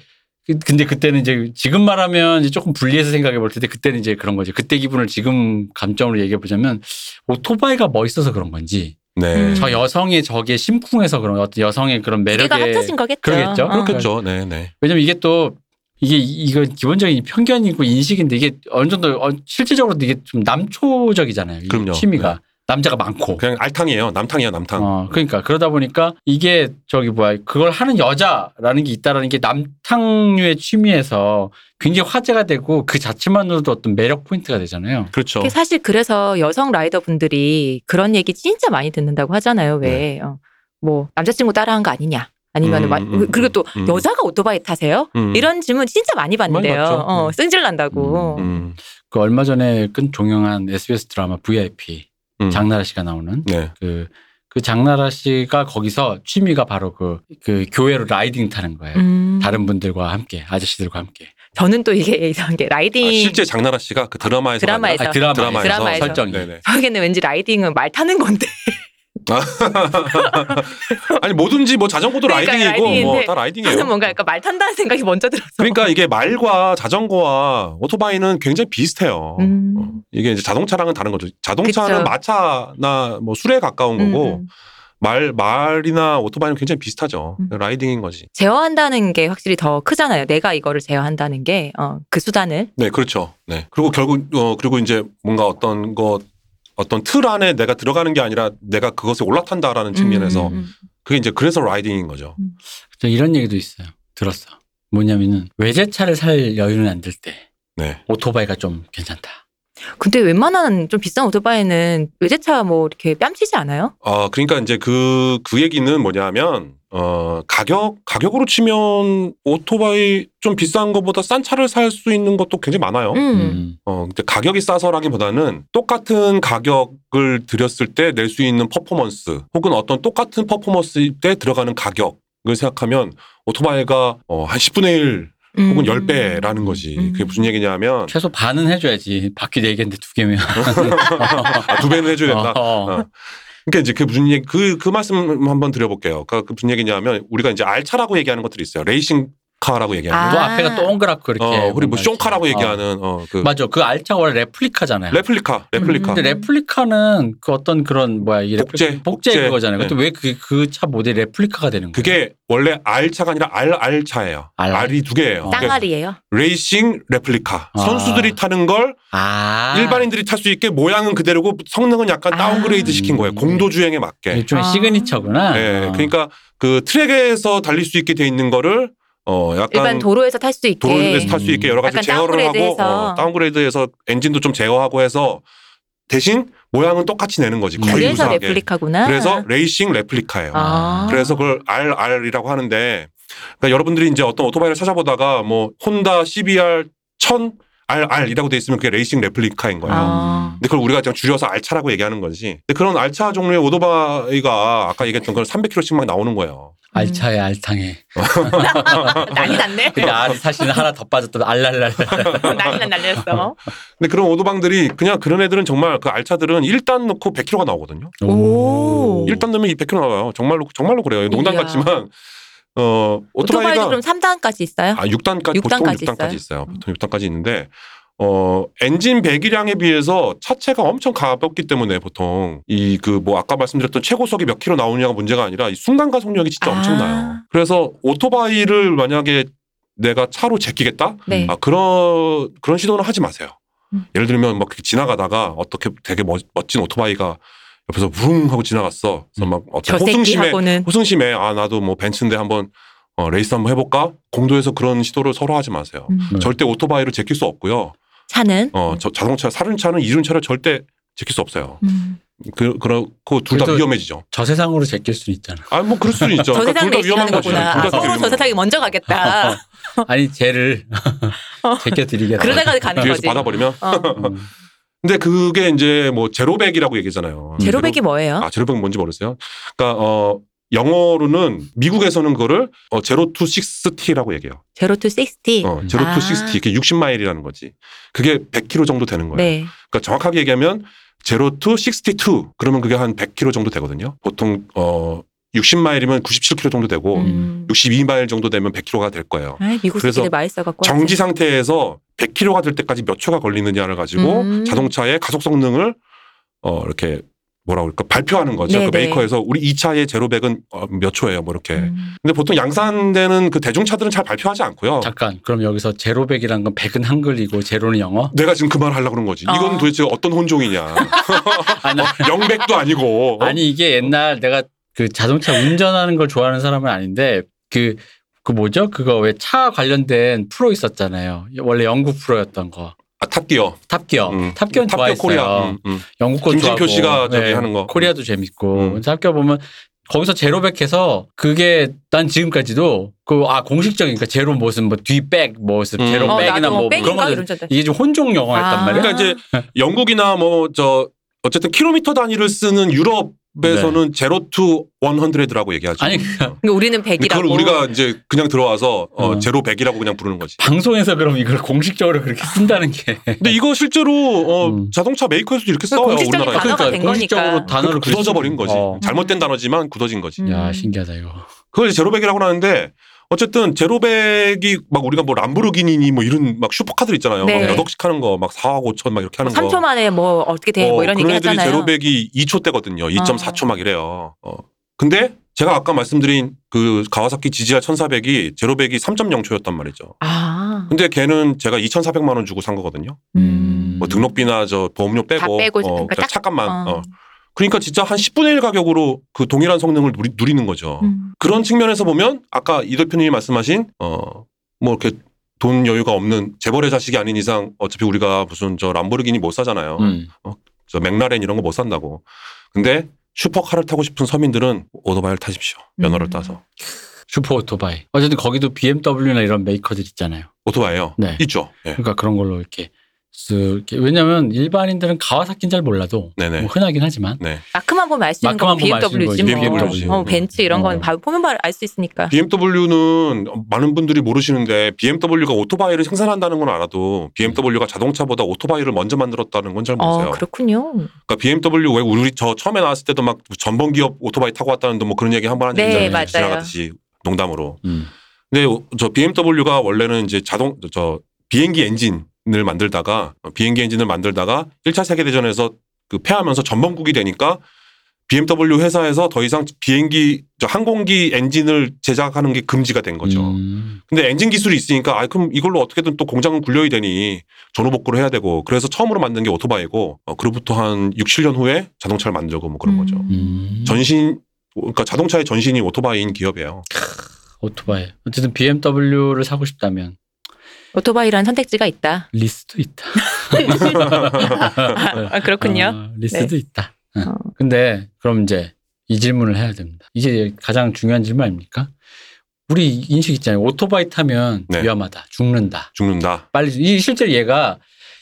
그- 근데 그때는 이제 지금 말하면 이제 조금 불리해서 생각해 볼 텐데 그때는 이제 그런 거지. 그때 기분을 지금 감정으로 얘기해 보자면 오토바이가 멋있어서 그런 건지 네. 음. 저 여성의 저게 심쿵해서 그런 어떤 여성의 그런 매력에 기가 합쳐진 거겠죠. 그러겠죠. 어. 그렇겠죠. 음. 네, 네. 왜냐면 이게 또 이게 이- 이건 기본적인 편견이고 인식인데 이게 어느 정도 어, 실질적으로도 이게 좀 남초적이잖아요. 이 그럼요. 네. 취미가 남자가 많고 그냥 알탕이에요. 남탕이야, 남탕. 어, 그러니까 그러다 보니까 이게 저기 뭐야 그걸 하는 여자라는 게 있다라는 게 남탕류의 취미에서 굉장히 화제가 되고 그 자체만으로도 어떤 매력 포인트가 되잖아요. 그렇죠. 그게 사실 그래서 여성 라이더 분들이 그런 얘기 진짜 많이 듣는다고 하잖아요. 왜? 어, 뭐 남자친구 따라한 거 아니냐? 아니면 음, 음, 은 그리고 또 음. 여자가 오토바이 타세요? 음. 이런 질문 진짜 많이 받는데요. 받죠. 어, 음. 승질 난다고. 음. 그 얼마 전에 끈 종영한 SBS 드라마 VIP 음. 장나라 씨가 나오는 네. 그, 그 장나라 씨가 거기서 취미가 바로 그, 그 교회로 라이딩 타는 거예요. 음. 다른 분들과 함께 아저씨들과 함께 저는 또 이게 (laughs) 이상한 게 라이딩 아, 실제 장나라 씨가 그 드라마에서 드라마에서. 아, 드라마 드라마에서. 드라마에서. 설정이 네네. 저에게는 왠지 라이딩은 말 타는 건데 아니 뭐든지 뭐 자전거도 그러니까 라이딩이고 뭐 라이딩인데 다 라이딩이에요. 저는 뭔가 약간 말 탄다는 생각이 먼저 들어서 그러니까 이게 말과 자전거와 오토바이는 굉장히 비슷해요. 음. 어, 이게 이제 자동차랑은 다른 거죠. 자동차는 그쵸. 마차나 뭐 술에 가까운 음, 거고 음. 말 말이나 오토바이는 굉장히 비슷하죠. 음. 라이딩인 거지. 제어한다는 게 확실히 더 크잖아요. 내가 이거를 제어한다는 게 어, 그 수단을 네, 그렇죠. 네. 그리고 결국 어 그리고 이제 뭔가 어떤 거 어떤 틀 안에 내가 들어가는 게 아니라 내가 그것에 올라탄다라는 측면에서 음, 음, 음. 그게 이제 그래서 라이딩인 거죠. 저 이런 얘기도 있어요. 들었어. 뭐냐면은 외제차를 살 여유는 안 될 때 네. 오토바이가 좀 괜찮다. 근데 웬만한 좀 비싼 오토바이는 외제차 뭐 이렇게 뺨치지 않아요? 어 그러니까 이제 그 그 얘기는 뭐냐면 어 가격 가격으로 치면 오토바이 좀 비싼 것보다 싼 차를 살 수 있는 것도 굉장히 많아요. 음. 음. 어, 근데 가격이 싸서라기보다는 똑같은 가격을 들였을 때 낼 수 있는 퍼포먼스 혹은 어떤 똑같은 퍼포먼스 때 들어가는 가격을 생각하면 오토바이가 어, 한 10분의 1 혹은 10배라는 거지. 음. 그게 무슨 얘기냐면 최소 반은 해줘야지. 바퀴 네 개인데 두 개면. 아, 두 배는 (laughs) 해줘야 된다. 어. 어. 그러니까 이제 그게 무슨 얘기, 그, 그 말씀 한번 드려볼게요. 그러니까 그 무슨 얘기냐면 우리가 이제 알차라고 얘기하는 것들이 있어요. 레이싱카라고 얘기하는. 아, 또 앞에가 동그랗고 이렇게. 어, 그리고 뭐 뭔가 쇼카라고 이렇게. 얘기하는 어, 그 어. 맞아. 그 알차가 원래 레플리카잖아요. 레플리카, 레플리카. 근데 레플리카는 그 어떤 그런 뭐야 이게 복제, 레플리카- 복제 복제. 네. 그거잖아요. 그것도 왜 그 그 차 모델이 레플리카가 되는 거예요? 그게 원래 R차가 아니라 RR차예요. R. R이 두 개예요. 그러니까 땅알이에요. 레이싱 레플리카. 아. 선수들이 타는 걸 아 일반인들이 탈 수 있게 모양은 그대로고 성능은 약간 아. 다운그레이드 시킨 거예요. 음. 공도 주행에 맞게. 일종의 아. 시그니처구나. 예. 어. 그러니까 그 트랙에서 달릴 수 있게 돼 있는 거를 어 일반 약간 도로에서 탈 수 있게. 음. 도로에서 탈 수 있게 여러 가지 네. 약간 제어를 하고 다운그레이드해서. 어, 다운그레이드해서 엔진도 좀 제어하고 해서 대신 모양은 똑같이 내는 거지. 거의 그래서 유사하게. 레플리카구나. 그래서 레이싱 레플리카예요. 아. 그래서 그걸 RR이라고 하는데 그러니까 여러분들이 이제 어떤 오토바이를 찾아보다가 뭐 혼다 CBR 1000 R R이라고 돼 있으면 그게 레이싱 레플리카인 어. 거예요. 아. 근데 그걸 우리가 그냥 줄여서 알차라고 얘기하는 건지. 근데 그런 알차 종류의 오토바이가 아까 얘기했던 그런 300km씩 막 나오는 거예요. 알차에 알탕에. 아, 난리 (laughs) 났네. 근데 알이 사실은 하나 더 빠졌던 알랄랄. 난리 난 날렸어. 근데 그런 오토방들이 그냥 그런 애들은 정말 그 알차들은 1단 넣고 100km가 나오거든요. 오. 1단 넣으면 200km 나와요. 정말로 정말로 그래요. 농담 이야. 같지만 어 오토바이도 (laughs) 오토바이가 그럼 3단까지 있어요? 아 6단까지 보통 6단까지 음. 6단까지 있어요. 보통 6단까지 있는데 어 엔진 배기량에 비해서 차체가 엄청 가볍기 때문에 보통 이 그 뭐 아까 말씀드렸던 최고속이 몇 킬로 나오느냐가 문제가 아니라 이 순간 가속력이 진짜 아. 엄청나요. 그래서 오토바이를 만약에 내가 차로 제끼겠다? 네. 아 그런 그런 시도는 하지 마세요. 음. 예를 들면 막 이렇게 지나가다가 어떻게 되게 멋, 멋진 오토바이가 옆에서 우릉 하고 지나갔어. 그래서 막 음. 저 어떤 호승심에 새끼하고는 호승심에 아 나도 뭐 벤츠인데 한번 어, 레이스 한번 해볼까? 공도에서 그런 시도를 서로 하지 마세요. 음. 네. 절대 오토바이를 제낄 수 없고요. 차는 어, 저 자동차, 사륜차는 이륜차를 절대 제낄 수 없어요. 음. 그, 그렇고 둘 다 그래도- 위험해지죠. 저 세상으로 제낄 수는 있잖아. 아, 뭐 그럴 수는 (laughs) 있죠. 저 그러니까 세상에 둘다 있는 위험한 거죠. 거구나. 둘다 네, 아, 서로 되게 저 위험한 세상에 먼저 (laughs) 가겠다. 아니 쟤를 (laughs) 제껴드리겠다. 어. 그러다가 거죠. 가는 뒤에서 거지. 받아버리면. 어. 음. 근데 그게 이제 뭐 제로백이라고 얘기잖아요. 음, 제로백이 뭐예요? 아, 제로백 뭔지 모르세요? 그러니까 어, 영어로는 미국에서는 그거를 어, 제로 투 식스 T라고 얘기해요. 제로 투 식스티. 어, 제로 아. 투 식스 T 이게 60마일이라는 거지. 그게 100km 정도 되는 거예요. 네. 그러니까 정확하게 얘기하면 0 to 62 그러면 그게 한 100km 정도 되거든요. 보통 어 60마일이면 97km 정도 되고 음. 62마일 정도 되면 100km가 될 거예요. 아, 미국 어. 그래서 새끼들 많이 써갖고. 정지 상태에서 100km가 될 때까지 몇 초가 걸리느냐를 가지고 음. 자동차의 가속 성능을 어 이렇게 뭐라고 그럴까 발표하는 거죠. 네네. 그 메이커에서 우리 이 차의 제로백은 어, 몇 초예요, 뭐 이렇게. 음. 근데 보통 양산되는 그 대중차들은 잘 발표하지 않고요. 잠깐 그럼 여기서 제로백이란 건 백은 한글이고 제로는 영어? 내가 지금 그 말 하려고 그런 거지. 어. 이건 도대체 어떤 혼종이냐. 네. 아니, 영백도 아니고. 아니 이게 옛날 내가 그 자동차 운전하는 걸 좋아하는 사람은 아닌데 그, 그 뭐죠? 그거 왜 차 관련된 프로 있었잖아요. 원래 영국 프로였던 거. 아, 탑기어. 탑기어. 음. 탑기어는 뭐 탑기어 좋아했어요. 코리아. 음, 음. 영국 것도 김진표 하고. 네, 씨가 저기 하는 거. 코리아도 재밌고. 음. 그래서 탑기어 보면 거기서 제로백해서 그게 난 지금까지도 그 아 공식적인 그러니까 제로 무슨 뭐 뒤백 무슨 음. 제로 어, 백이나 나도 뭐 뭐 그런 백인가 거 이런 줄 알았다. 이게 좀 혼종 영화였단 아. 말이야. 그러니까 이제 영국이나 뭐 저 어쨌든 킬로미터 단위를 쓰는 유럽에서는 제로 투 원헌드레드라고 얘기하죠. 아니, 어. 근데 우리는 근데 백이라고. 그걸 우리가 이제 그냥 들어와서 음. 어, 제로 백이라고 그냥 부르는 거지. 방송에서 그럼 이걸 공식적으로 그렇게 쓴다는 (laughs) 게 근데 이거 실제로 어, 음. 자동차 메이커에서도 이렇게 써요. 그러니까 공식적인 우리나라에서. 단어가 그러니까 된 공식적으로 거니까. 단어를 그렇게 굳어져 버린 거지. 어. 잘못된 단어지만 굳어진 거지. 음. 야 신기하다 이거. 그걸 이제 제로백이라고 하는데 어쨌든 제로백이 막 우리가 뭐 람보르기니니 뭐 이런 막 슈퍼카들 있잖아요. 네. 막 8씩 하는 거 막 4억 5천 막 이렇게 하는 거. 3초 만에 뭐 어떻게 돼? 뭐 이런 그런 얘기 애들이 하잖아요. 제로백이 2초대거든요. 2.4초 막 이래요. 어. 근데 제가 아까 말씀드린 그 가와사키 GGR 1400이 제로백이 3.0초였단 말이죠. 아. 근데 걔는 제가 2,400만 원 주고 산 거거든요. 음. 뭐 등록비나 저 보험료 빼고, 다 빼고 어, 그러니까 딱- 차값만. 어. 어. 그러니까 진짜 한 10분의 1 가격으로 그 동일한 성능을 누리, 누리는 거죠. 음. 그런 측면에서 보면 아까 이 대표님이 말씀하신 어뭐 이렇게 돈 여유가 없는 재벌의 자식이 아닌 이상 어차피 우리가 무슨 저 람보르기니 못 사잖아요. 음. 저 맥라렌 이런 거 못 산다고. 근데 슈퍼카를 타고 싶은 서민들은 오토바이를 타십시오. 면허를 음. 따서. 슈퍼 오토바이. 어쨌든 거기도 BMW나 이런 메이커들 있잖아요. 오토바이요. 네. 있죠. 네. 그러니까 그런 걸로 이렇게 쓱 이렇게 왜냐면 일반인들은 가와사키인 잘 몰라도 네네. 뭐 흔하긴 하지만 네. 마크만 보면 알 수 있는 건 마크만 보면 알수 있는 BMW지 거지. 뭐. BMW 지. 어, 벤츠 이런 어. 건 바- 보면 바로 알 수 있으니까. BMW는 많은 분들이 모르시는데 BMW가 오토바이를 생산한다는 건 알아도 BMW가 자동차보다 오토바이를 먼저 만들었다는 건 잘 모르세요. 어, 그렇군요. 그러니까 BMW 왜 우리 저 처음에 나왔을 때도 막 전범 기업 오토바이 타고 왔다는데 뭐 그런 얘기 한 번 한 적 네, 있잖아요. 맞아요. 지나가듯이 농담으로. 음. 근데 저 BMW가 원래는 이제 자동 저 비행기 엔진을 만들다가 어, 비행기 엔진을 만들다가 1차 세계 대전에서 그 패하면서 전범국이 되니까 BMW 회사에서 더 이상 비행기 저 항공기 엔진을 제작하는 게 금지가 된 거죠. 음. 근데 엔진 기술이 있으니까 아 그럼 이걸로 어떻게든 또 공장은 굴려야 되니 전후복구를 해야 되고 그래서 처음으로 만든 게 오토바이고 어, 그로부터 한 6, 7년 후에 자동차를 만들고 뭐 그런 거죠. 음. 전신 그러니까 자동차의 전신이 오토바이인 기업이에요. 오토바이. 어쨌든 BMW를 사고 싶다면 오토바이란 선택지가 있다. 리스도 있다. 아, 그렇군요. 네. 어, 리스도 있다. 어. 응. 근데 그럼 이제 이 질문을 해야 됩니다. 이게 가장 중요한 질문 아닙니까? 우리 인식 있잖아요. 오토바이 타면 네. 위험하다, 죽는다. 죽는다. 빨리 죽- 이 실제로 얘가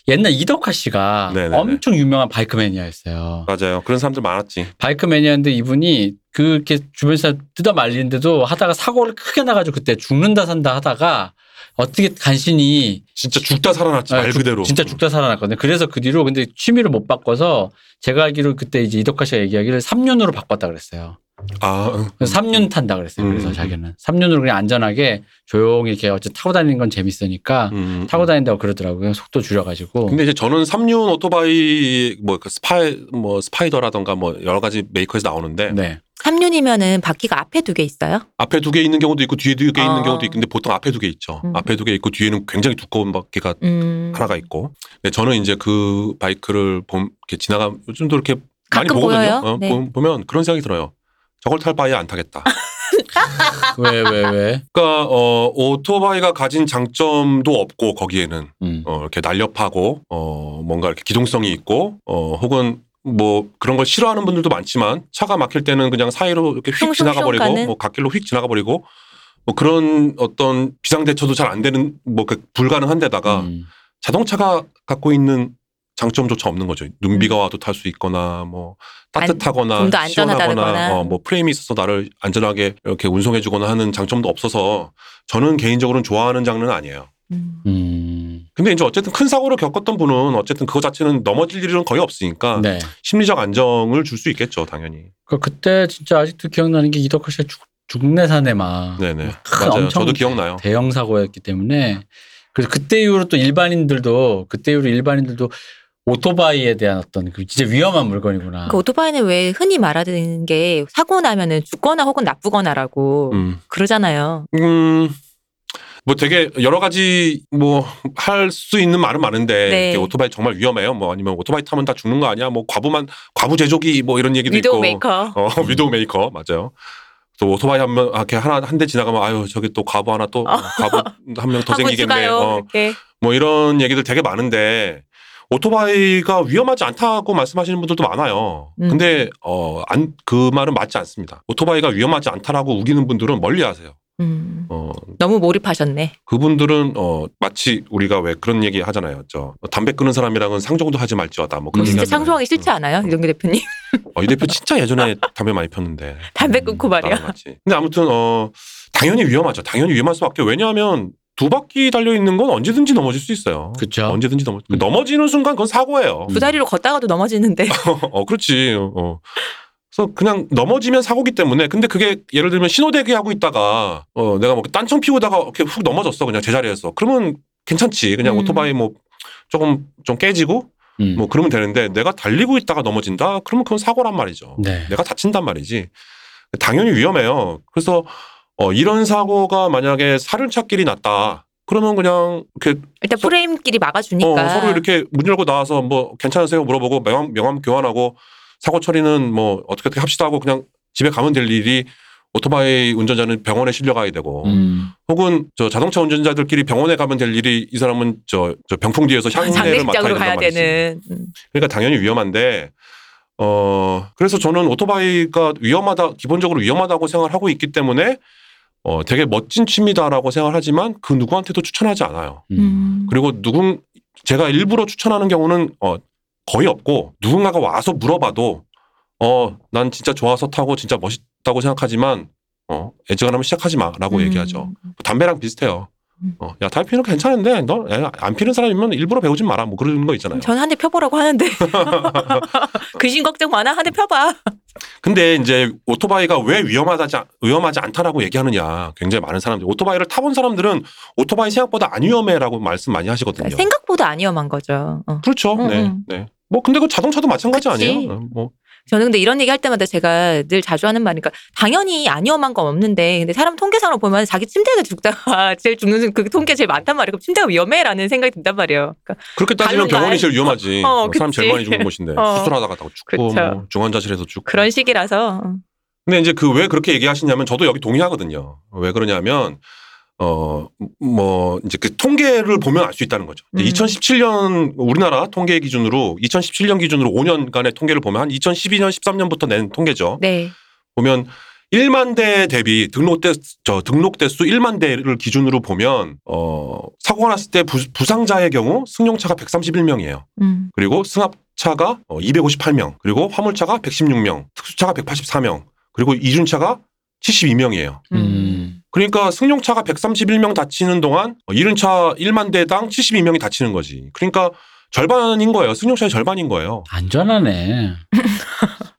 옛날 이덕화 씨가 네네네. 엄청 유명한 바이크 매니아였어요. 맞아요. 그런 사람들 많았지. 바이크 매니아인데 이분이 그렇게 주변 사람 뜯어 말리는데도 하다가 사고를 크게 나가지고 그때 죽는다 산다 하다가 어떻게 간신히 진짜 죽다 살아났지 아, 말 죽- 그대로. 진짜 죽다 살아났거든요. 그래서 그 뒤로 근데 취미를 못 바꿔서 제가 알기로 그때 이제 이덕화 씨가 얘기하기를 3년으로 바꿨다 그랬어요. 아, 응. 그래서 3년 탄다 그랬어요. 그래서 음. 자기는 3년으로 그냥 안전하게 조용히 이렇게 어째 타고 다니는 건 재밌으니까 음. 아, 타고 다닌다고 그러더라고요. 속도 줄여가지고. 근데 이제 저는 3륜 오토바이 뭐그 스파이 뭐 스파이더라던가 뭐 여러 가지 메이커에서 나오는데 (laughs) 네. 3륜이면은 바퀴가 앞에 두 개 있어요? 앞에 두 개 있는 경우도 있고 뒤에 두 개 아. 있는 경우도 있는데 보통 앞에 두 개 있죠. 음. 앞에 두 개 있고 뒤에는 굉장히 두꺼운 바퀴가 음. 하나가 있고. 근데 저는 이제 그 바이크를 봄 이렇게 지나가 요즘도 이렇게 많이 가끔 보거든요. 보여요? 어, 네. 보- 보면 그런 생각이 들어요. 저걸 탈 바에 안 타겠다. 왜, 왜, 왜? 그러니까 어, 오토바이가 가진 장점도 없고 거기에는 음. 어, 이렇게 날렵하고 어, 뭔가 이렇게 기동성이 있고 어, 혹은 뭐 그런 걸 싫어하는 분들도 많지만 차가 막힐 때는 그냥 사이로 이렇게 휙 슝슝슝 지나가 버리고 가는? 뭐 갓길로 휙 지나가 버리고 뭐 그런 어떤 비상 대처도 잘 안 되는 뭐 그 불가능한 데다가 음. 자동차가 갖고 있는 장점조차 없는 거죠. 눈비가 와도 탈 수 있거나 뭐 음. 안- 따뜻하거나 좀더 안전하다거나. 시원하거나 어, 뭐 프레임이 있어서 나를 안전하게 이렇게 운송해주거나 하는 장점도 없어서 저는 개인적으로는 좋아하는 장르는 아니에요. 음. 음. 근데 이제 어쨌든 큰 사고를 겪었던 분은 어쨌든 그거 자체는 넘어질 일은 거의 없으니까 네. 심리적 안정을 줄 수 있겠죠, 당연히. 그 그때 진짜 아직도 기억나는 게 이덕화 씨가 죽, 죽내산에 막. 네네. 큰 맞아요. 엄청 저도 기억나요. 대형 사고였기 때문에 그래서 그때 이후로 또 일반인들도 그때 이후로 일반인들도 오토바이에 대한 어떤 그 진짜 위험한 물건이구나. 그 오토바이는 왜 흔히 말하는 게 사고 나면은 죽거나 혹은 나쁘거나라고 음. 그러잖아요. 음. 뭐 되게 여러 가지 뭐 할 수 있는 말은 많은데 네. 이게 오토바이 정말 위험해요. 뭐 아니면 오토바이 타면 다 죽는 거 아니야? 뭐 과부만 과부 제조기 뭐 이런 얘기도 위도우 있고. 메이커. 어, (laughs) 위도우 메이커 맞아요. 또 오토바이 한명 아, 이렇게 하나 한 대 지나가면 아유 저기 또 과부 하나 또 어. 과부 한 명 (laughs) 더 하고 생기겠네. 추가요. 어, 이렇게. 뭐 이런 얘기들 되게 많은데 오토바이가 위험하지 않다고 말씀하시는 분들도 많아요. 음. 근데 어안그 말은 맞지 않습니다. 오토바이가 위험하지 않다라고 우기는 분들은 멀리하세요. 음. 어 너무 몰입하셨네. 그분들은 어 마치 우리가 왜 그런 얘기 하잖아요. 저뭐 담배 끊은 사람이랑은 상종도 하지 말지어다. 뭐 그런 음, 얘기 진짜 하잖아요. 상종하기 싫지 않아요? 이동규 대표님. (laughs) 어, 이 대표 진짜 예전에 담배 많이 폈는데. 담배 음. 끊고 말이야. 나랑 같이. 근데 아무튼 어 당연히 위험하죠. 당연히 위험할 수밖에. 왜냐하면 두 바퀴 달려 있는 건 언제든지 넘어질 수 있어요. 그쵸. 언제든지 넘어. 음. 넘어지는 순간 그건 사고예요. 두 다리로 걷다가도 넘어지는데. 어 그렇지. 어. 그래서 그냥 넘어지면 사고기 때문에 근데 그게 예를 들면 신호대기 하고 있다가 어 내가 뭐 딴청 피우다가 이렇게 훅 넘어졌어 그냥 제자리에서 그러면 괜찮지 그냥 음. 오토바이 뭐 조금 좀 깨지고 음. 뭐 그러면 되는데 내가 달리고 있다가 넘어진다 그러면 그건 사고란 말이죠 네. 내가 다친단 말이지. 당연히 위험해요. 그래서 어, 이런 사고가 만약에 사륜차끼리 났다. 그러면 그냥 이렇게 (laughs) 일단 서- 프레임끼리 막아주니까. 어, 서로 이렇게 문 열고 나와서 뭐 괜찮으세요 물어보고 명함, 명함 교환하고 사고 처리는 뭐 어떻게 어떻게 합시다 하고 그냥 집에 가면 될 일이 오토바이 운전자는 병원에 실려가야 되고 음. 혹은 저 자동차 운전자들끼리 병원에 가면 될 일이 이 사람은 저, 저 병풍 뒤에서 향내를 맡아야 장례식장으로 된단 가야 말이지. 되는. 음. 그러니까 당연히 위험한데 어 그래서 저는 오토바이가 위험하다 기본적으로 위험하다고 생각을 하고 있기 때문에 어 되게 멋진 취미다라고 생각을 하지만 그 누구한테도 추천하지 않아요. 음. 그리고 누군 제가 일부러 추천하는 경우는 어 거의 없고 누군가가 와서 물어봐도 어 난 진짜 좋아서 타고 진짜 멋있다고 생각하지만 어 애지간하면 시작하지 마라고 얘기하죠. 담배랑 비슷해요. 음. 어, 야, 담배 피는 거 괜찮은데, 너 안 피는 사람이면 일부러 배우진 마라. 뭐 그런 거 있잖아요. 전 한 대 펴보라고 (laughs) 하는데. 귀신 걱정 많아. 한 대 펴봐. 근데 이제 오토바이가 왜 위험하지, 위험하지 않다라고 얘기하느냐. 굉장히 많은 사람들. 오토바이를 타본 사람들은 오토바이 생각보다 안 위험해라고 말씀 많이 하시거든요. 그러니까 생각보다 안 위험한 거죠. 어. 그렇죠. 음, 네. 음. 네. 뭐 근데 그 자동차도 마찬가지 그치. 아니에요? 뭐 저는 근데 이런 얘기 할 때마다 제가 늘 자주 하는 말이니까 당연히 안 위험한 건 없는데 근데 사람 통계상으로 보면 자기 침대에서 죽다가 (laughs) 제일 죽는 순- 그 통계 제일 많단 말이에요. 그럼 침대가 위험해라는 생각이 든단 말이에요. 그러니까 그렇게 따지면 다른 병원이 말. 제일 위험하지. 어, 사람 제일 그치. 많이 죽는 곳인데 어. 수술하다가 다 죽고 그쵸. 뭐 중환자실에서 죽고. 그런 식이라서 어. 근데 이제 그 왜 그렇게 얘기하시냐면 저도 여기 동의하거든요. 왜 그러냐면 어 뭐 이제 그 통계를 보면 알 수 있다는 거죠. 음. 2017년 우리나라 통계 기준으로 2017년 기준으로 5년간의 통계를 보면 한 2012년 13년부터 낸 통계죠. 네. 보면 1만 대 대비 등록 대저 등록 대수 1만 대를 기준으로 보면 어 사고가 났을 때 부, 부상자의 경우 승용차가 131명이에요. 음. 그리고 승합차가 어, 258명, 그리고 화물차가 116명, 특수차가 184명, 그리고 이륜차가 72명이에요. 음. 그러니까 승용차가 131명 다치는 동안 어, 이륜차 1만 대당 72명이 다치는 거지. 그러니까 절반인 거예요. 승용차의 절반인 거예요. (laughs) 안전하네.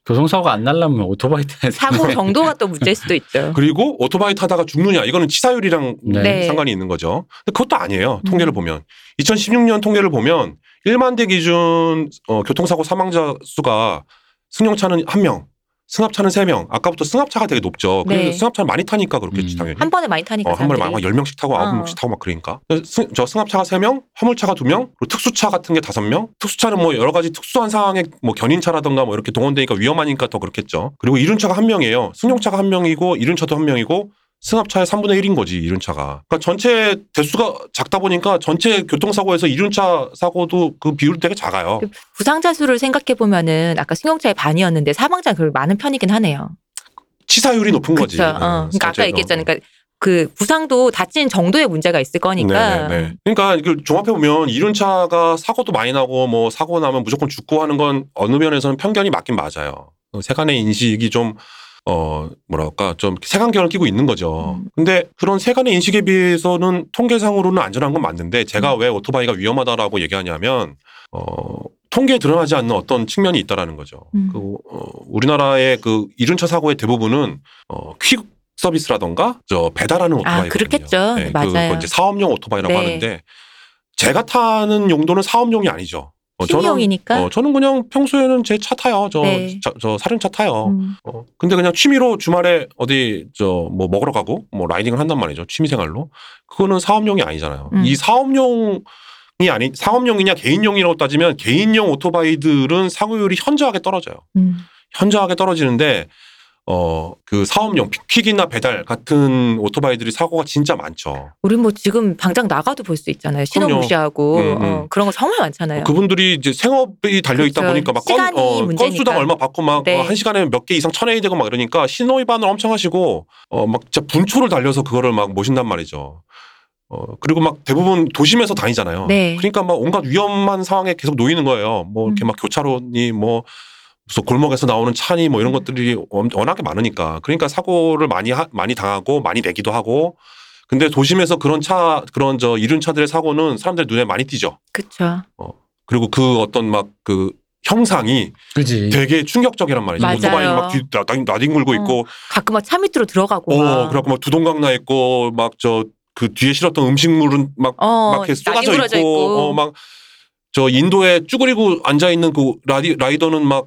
교통사고가 안 날라면 오토바이 타야 돼. 사고 정도가 또 문제일 수도 있죠. 네. (laughs) 그리고 오토바이 타다가 죽느냐 이거는 치사율이랑 음, 네. 네. 상관이 있는 거죠. 근데 그것도 아니에요. 음. 통계를 보면 2016년 통계를 보면 1만 대 기준 어, 교통사고 사망자 수가 승용차는 한 명, 승합차는 세 명. 아까부터 승합차가 되게 높죠. 그래서 네. 승합차는 많이 타니까 그렇겠지 음. 당연히. 한 번에 많이 타니까. 어, 한 번에 막 그러니까 사람들이. 10명씩 타고 어. 9명씩 타고 막 그러니까. 그래서 승, 저 승합차가 3명, 화물차가 2명, 그리고 특수차 같은 게 5명. 특수차는 뭐 여러 가지 특수한 상황에 뭐 견인차라던가 뭐 이렇게 동원되니까 위험하니까 더 그렇겠죠. 그리고 이륜차가 1명이에요. 승용차가 1명이고 이륜차도 1명이고 승합차의 3분의 1인 거지 이륜차가. 그러니까 전체 대수가 작다 보니까 전체 교통사고에서 이륜차 사고도 그 비율 되게 작아요. 그- 부상자 수를 생각해 보면은 아까 승용차의 반이었는데 사망자가 그래도 많은 편이긴 하네요. 치사율이 높은 그렇 거지. 음, 그러니까 아까 전체에서. 얘기했잖아요. 그러니까 그 부상도 다친 정도의 문제가 있을 거니까. 네, 네, 네. 그러니까 이걸 종합해 보면 이륜차가 사고도 많이 나고 뭐 사고 나면 무조건 죽고 하는 건 어느 면에서는 편견이 맞긴 맞아요. 어, 세간의 인식이 좀 어 뭐랄까 좀 세간견을 끼고 있는 거죠. 음. 근데 그런 세간의 인식에 비해서는 통계상으로는 안전한 건 맞는데 음. 제가 왜 오토바이가 위험하다라고 얘기하냐면 어 통계에 드러나지 않는 어떤 측면이 있다라는 거죠. 음. 그 어, 우리나라의 그 이륜차 사고의 대부분은 어 퀵 서비스라던가 저 배달하는 오토바이 아, 그렇겠죠. 네, 맞아요. 그거 이제 사업용 오토바이라고 네. 하는데 제가 타는 용도는 사업용이 아니죠. 어, 취미용이니까. 저는, 어, 저는 그냥 평소에는 제 차 타요. 저, 네. 자- 저 사륜차 타요. 음. 어, 근데 그냥 취미로 주말에 어디 저 뭐 먹으러 가고 뭐 라이딩을 한단 말이죠. 취미생활로. 그거는 사업용이 아니잖아요. 음. 이 사업용이 아닌 사업용이냐 개인용이라고 따지면 개인용 오토바이들은 사고율이 현저하게 떨어져요. 음. 현저하게 떨어지는데 어 그 사업용 퀵이나 배달 같은 오토바이들이 사고가 진짜 많죠. 우린 뭐 지금 당장 나가도 볼 수 있잖아요. 신호 그럼요. 무시하고 음, 음. 어, 그런 거 정말 많잖아요. 그분들이 이제 생업이 달려 있다 그렇죠. 보니까 막 건, 시간이 어, 문제니까. 건수당 얼마 받고 막 어, 한 네. 시간에 몇 개 이상 천회이 되고 막 이러니까 신호 위반을 엄청 하시고 어 막 진짜 분초를 달려서 그거를 막 모신단 말이죠. 어 그리고 막 대부분 도심에서 다니잖아요. 네. 그러니까 막 온갖 위험한 상황에 계속 놓이는 거예요. 뭐 이렇게 음. 막 교차로니 뭐 무슨 골목에서 나오는 차니 뭐 이런 것들이 엄- 워낙에 많으니까 그러니까 사고를 많이 하- 많이 당하고 많이 내기도 하고 근데 도심에서 그런 차 그런 저 이륜 차들의 사고는 사람들 눈에 많이 띄죠. 그쵸. 그리고 그 어떤 막 그 형상이 그지. 되게 충격적이란 말이죠. 맞아요. 어. 오토바이 막 뒤- 나- 나- 나뒹굴고 있고, 가끔 막 차 밑으로 들어가고. 어, 막. 그래갖고 막 두동강 나 있고, 막 저 그 뒤에 실었던 음식물은 막, 어, 막 이렇게 쏟아져 나뒹굴어져 있고, 어, 막 저 인도에 쭈그리고 앉아 있는 그 라디, 라이더는 막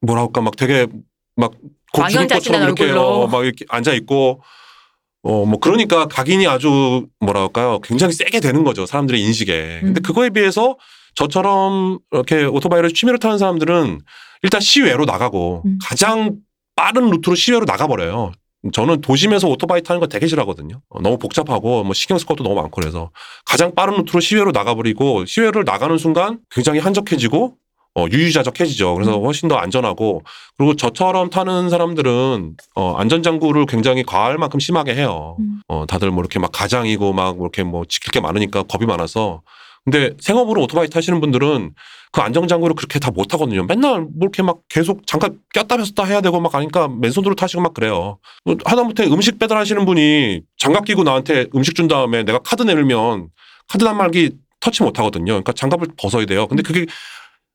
뭐라 할까 막 되게 막 곧 죽을 것처럼 망연자실한 이렇게 얼굴로. 어, 막 이렇게 앉아 있고, 어, 뭐 그러니까 각인이 아주 뭐라 할까요? 굉장히 세게 되는 거죠. 사람들의 인식에. 근데 음. 그거에 비해서 저처럼 이렇게 오토바이를 취미로 타는 사람들은 일단 시외로 나가고 음. 가장 빠른 루트로 시외로 나가버려요. 저는 도심에서 오토바이 타는 거 되게 싫어하거든요. 어, 너무 복잡하고 뭐 신경 쓸 것도 너무 많고 그래서 가장 빠른 루트로 시외로 나가버리고 시외를 나가는 순간 굉장히 한적해지고 어, 유유자적해지죠. 음. 그래서 훨씬 더 안전하고 그리고 저처럼 타는 사람들은 어, 안전장구를 굉장히 과할 만큼 심하게 해요. 음. 어, 다들 뭐 이렇게 막 가장이고 막뭐 이렇게 뭐 지킬 게 많으니까 겁이 많아서 근데 생업으로 오토바이 타시는 분들은 그 안정장구를 그렇게 다 못 하거든요. 맨날 뭐 이렇게 막 계속 잠깐 꼈다 폈다 해야 되고 막 하니까 맨손으로 타시고 막 그래요. 뭐 하다못해 음식 배달하시는 분이 장갑 끼고 나한테 음식 준 다음에 내가 카드 내밀면 카드 단말기 터치 못 하거든요. 그러니까 장갑을 벗어야 돼요. 근데 그게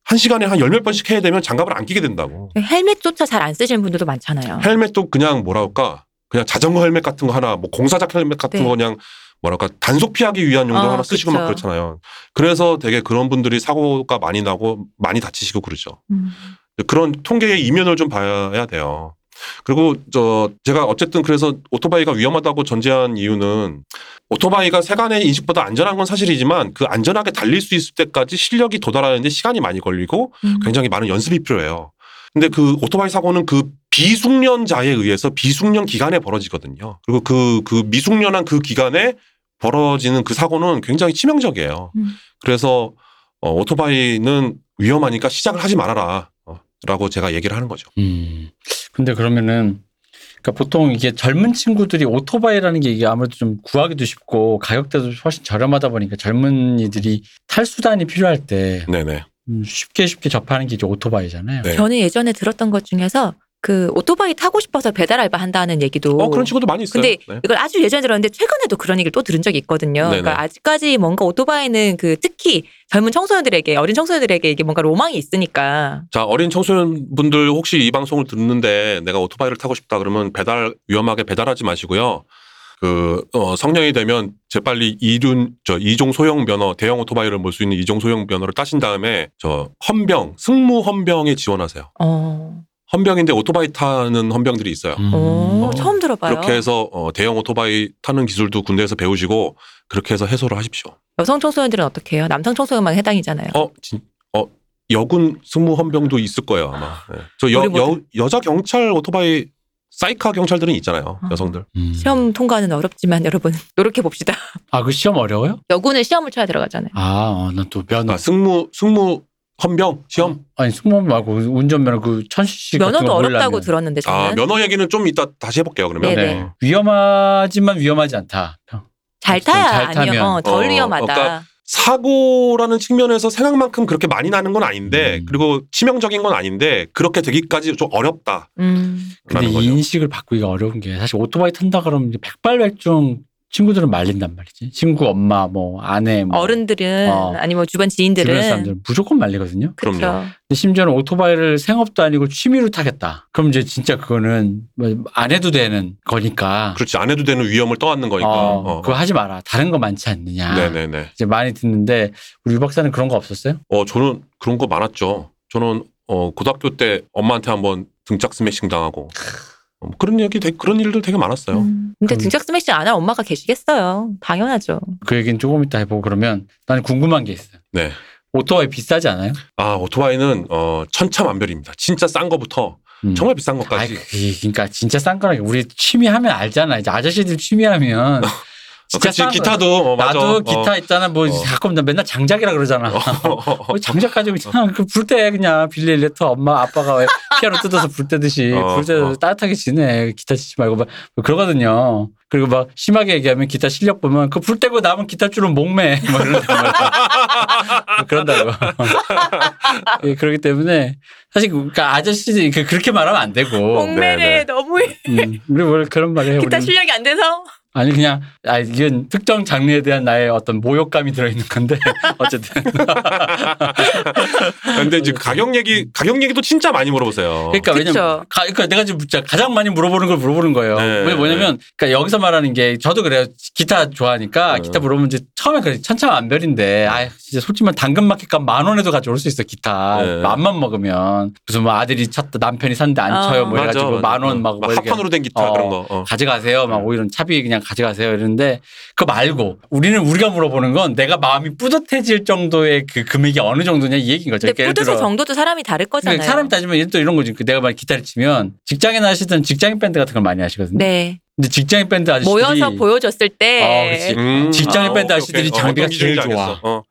한 시간에 한 열 몇 번씩 해야 되면 장갑을 안 끼게 된다고. 네, 헬멧조차 잘 안 쓰시는 분들도 많잖아요. 헬멧도 그냥 뭐랄까 그냥 자전거 헬멧 같은 거 하나 뭐 공사작 헬멧 같은 네. 거 그냥 뭐랄까 단속 피하기 위한 용도로 어, 하나 쓰시고 그쵸. 막 그렇잖아요. 그래서 되게 그런 분들이 사고가 많이 나고 많이 다치시고 그러죠. 음. 그런 통계의 이면을 좀 봐야 돼요. 그리고 저 제가 어쨌든 그래서 오토바이가 위험하다고 전제한 이유는 오토바이가 세간의 인식보다 안전한 건 사실이지만 그 안전하게 달릴 수 있을 때까지 실력이 도달하는데 시간이 많이 걸리고 음. 굉장히 많은 연습이 필요해요. 근데 그 오토바이 사고는 그 비숙련자에 의해서 비숙련 기간에 벌어지거든요. 그리고 그, 그 미숙련한 그 기간에 벌어지는 그 사고는 굉장히 치명적이에요. 음. 그래서 어, 오토바이는 위험하니까 시작을 하지 말아라. 어, 라고 제가 얘기를 하는 거죠. 음. 근데 그러면은 그러니까 보통 이게 젊은 친구들이 오토바이라는 게 이게 아무래도 좀 구하기도 쉽고 가격대도 훨씬 저렴하다 보니까 젊은이들이 탈 수단이 필요할 때 네네. 음, 쉽게 쉽게 접하는 게 이제 오토바이잖아요. 네. 저는 예전에 들었던 것 중에서 그 오토바이 타고 싶어서 배달 알바 한다는 얘기도 어 그런 친구도 많이 있어요. 근데 네. 이걸 아주 예전에 들었는데 최근에도 그런 얘기를 또 들은 적이 있거든요. 네네. 그러니까 아직까지 뭔가 오토바이는 그 특히 젊은 청소년들에게 어린 청소년들에게 이게 뭔가 로망이 있으니까 자 어린 청소년분들 혹시 이 방송을 듣는데 내가 오토바이를 타고 싶다 그러면 배달 위험하게 배달하지 마시고요. 그 어, 성년이 되면 재빨리 이륜 저 이종 소형 면허 대형 오토바이를 몰 수 있는 이종 소형 면허를 따신 다음에 저 헌병 승무 헌병에 지원하세요. 어, 헌병인데 오토바이 타는 헌병들이 있어요. 음. 오, 처음 들어봐요. 그렇게 해서 어, 대형 오토바이 타는 기술도 군대에서 배우시고 그렇게 해서 해소를 하십시오. 여성 청소년들은 어떻게 해요? 남성 청소년만 해당이잖아요. 어, 진, 어 여군 승무 헌병도 있을 거예요 아마. 네. 저 여, 우리 뭐그 모두- 여, 여자 경찰 오토바이 사이카 경찰들은 있잖아요 아. 여성들. 음. 시험 통과는 어렵지만 여러분 (laughs) 노력해 봅시다. 아, 그 시험 어려워요? 음. 여군은 시험을 쳐야 들어가잖아요. 아, 어, 난또 면허. 아, 승무 승무 헌병 시험. 아니, 승무 말고 운전면허 그 천시씨 같은 면허도 거 어렵다고 몰라면. 들었는데 저는 아 면허 얘기는 좀 이따 다시 해볼게요 그러면. 네. 네네. 어. 위험하지만 위험하지 않다. 잘 좀 타야 잘 아니요 타면. 어, 덜 어, 위험하다. 그러니까 사고라는 측면에서 생각만큼 그렇게 많이 나는 건 아닌데 음. 그리고 치명적인 건 아닌데 그렇게 되기까지 좀 어렵다라는 음, 근데 이 거죠. 인식을 바꾸기가 어려운 게 사실 오토바이 탄다 그러면 이제 백발백중 친구들은 말린단 말이지. 친구, 엄마, 뭐 아내, 뭐 어른들은 어. 아니면 주변 주변 지인들은 사람들은 무조건 말리거든요. 그렇죠. 그럼요. 근데 심지어는 오토바이를 생업도 아니고 취미로 타겠다. 그럼 이제 진짜 그거는 뭐안 해도 되는 거니까. 그렇지 안 해도 되는 위험을 떠안는 거니까. 어, 어. 그거 하지 마라. 다른 거 많지 않느냐. 네네네. 이제 많이 듣는데 우리 유 박사는 그런 거 없었어요? 어, 저는 그런 거 많았죠. 저는 어, 고등학교 때 엄마한테 한번 등짝 스매싱 당하고 어, 뭐 그런 얘기 되게, 그런 일도 되게 많았어요. 음. 근데 그럼- 등짝 스매싱 안 할 엄마가 계시겠어요. 당연하죠. 그 얘기는 조금 이따 해보고 그러면 나는 궁금한 게 있어요. 네. 오토바이 비싸지 않아요? 아 오토바이는 어, 천차만별입니다. 진짜 싼 거부터 음. 정말 비싼 아, 것까지. 그러니까 진짜 싼 거라 우리 취미 하면 알잖아. 이제 아저씨들 취미 하면 어, 진짜 그렇지 싼 거. 기타도 어, 맞아. 나도 기타 있잖아. 뭐 어. 가끔 나 맨날 장작이라 그러잖아. 어, 어, 어, 장작 가지고 그냥 그 불 때 그냥 빌리 일레터 엄마 아빠가 왜 피아노 뜯어서 불 때듯이 어, 불 때 어. 따뜻하게 지내 기타 치지 말고 막 그러거든요. 그리고 막 심하게 얘기하면 기타 실력 보면 그 불 때고 남은 기타 줄은 목매 (laughs) 뭐 이런단 말이야. 그런다고. (laughs) 예, 그렇기 때문에 사실 그러니까 아저씨들이 그- 그렇게 말하면 안 되고 목매를 네네. 너무 음, 우리 뭘 그런 말을 해. 기타 우리는. 실력이 안 돼서 아니 그냥 아 이건 특정 장르에 대한 나의 어떤 모욕감이 들어있는 건데 (laughs) 어쨌든 (laughs) 근데 이제 그 가격 얘기 가격 얘기도 진짜 많이 물어보세요. 그러니까 왜냐면 그쵸. 가, 그러니까 내가 지금 진짜 가장 많이 물어보는 걸 물어보는 거예요. 네, 왜 뭐냐면 그러니까 여기서 말하는 게 저도 그래요. 기타 좋아하니까 네. 기타 물어보면 이제 처음에 그래 천차만별인데 아 진짜 솔직히 말하면 당근마켓값 만 원에도 가져올 수 있어 기타 네. 맘만 먹으면 무슨 뭐 아들이 쳤다 남편이 샀는데 안 어. 쳐요 뭐 맞아, 해가지고 맞아. 만 원 막 어, 뭐 이렇게 합판으로 된 기타 어. 그런 거. 어. 가져가세요. 막 네. 오히려 차비 그냥 가져가세요. 이러는데 그거 말고 우리는 우리가 물어보는 건 내가 마음이 뿌듯해질 정도의 그 금액이 어느 정도냐 이 얘기인 거죠. 근데 그러니까 예를 뿌듯의 들어 정도도 사람이 다를 거잖아요. 그러니까 사람 따지면 예를 들어 이런 거지. 그 내가 만약 기타를 치면 직장인 하시던 직장인 밴드 같은 걸 많이 하시거든요. 네 근데 직장인 밴드 아저씨들이 모여서 보여줬을 아, 그렇지. 때 음. 직장인 밴드 오케이, 아저씨들이 오케이. 어, 장비가 어떤 기준인지 제일 좋아. 알겠어. 어.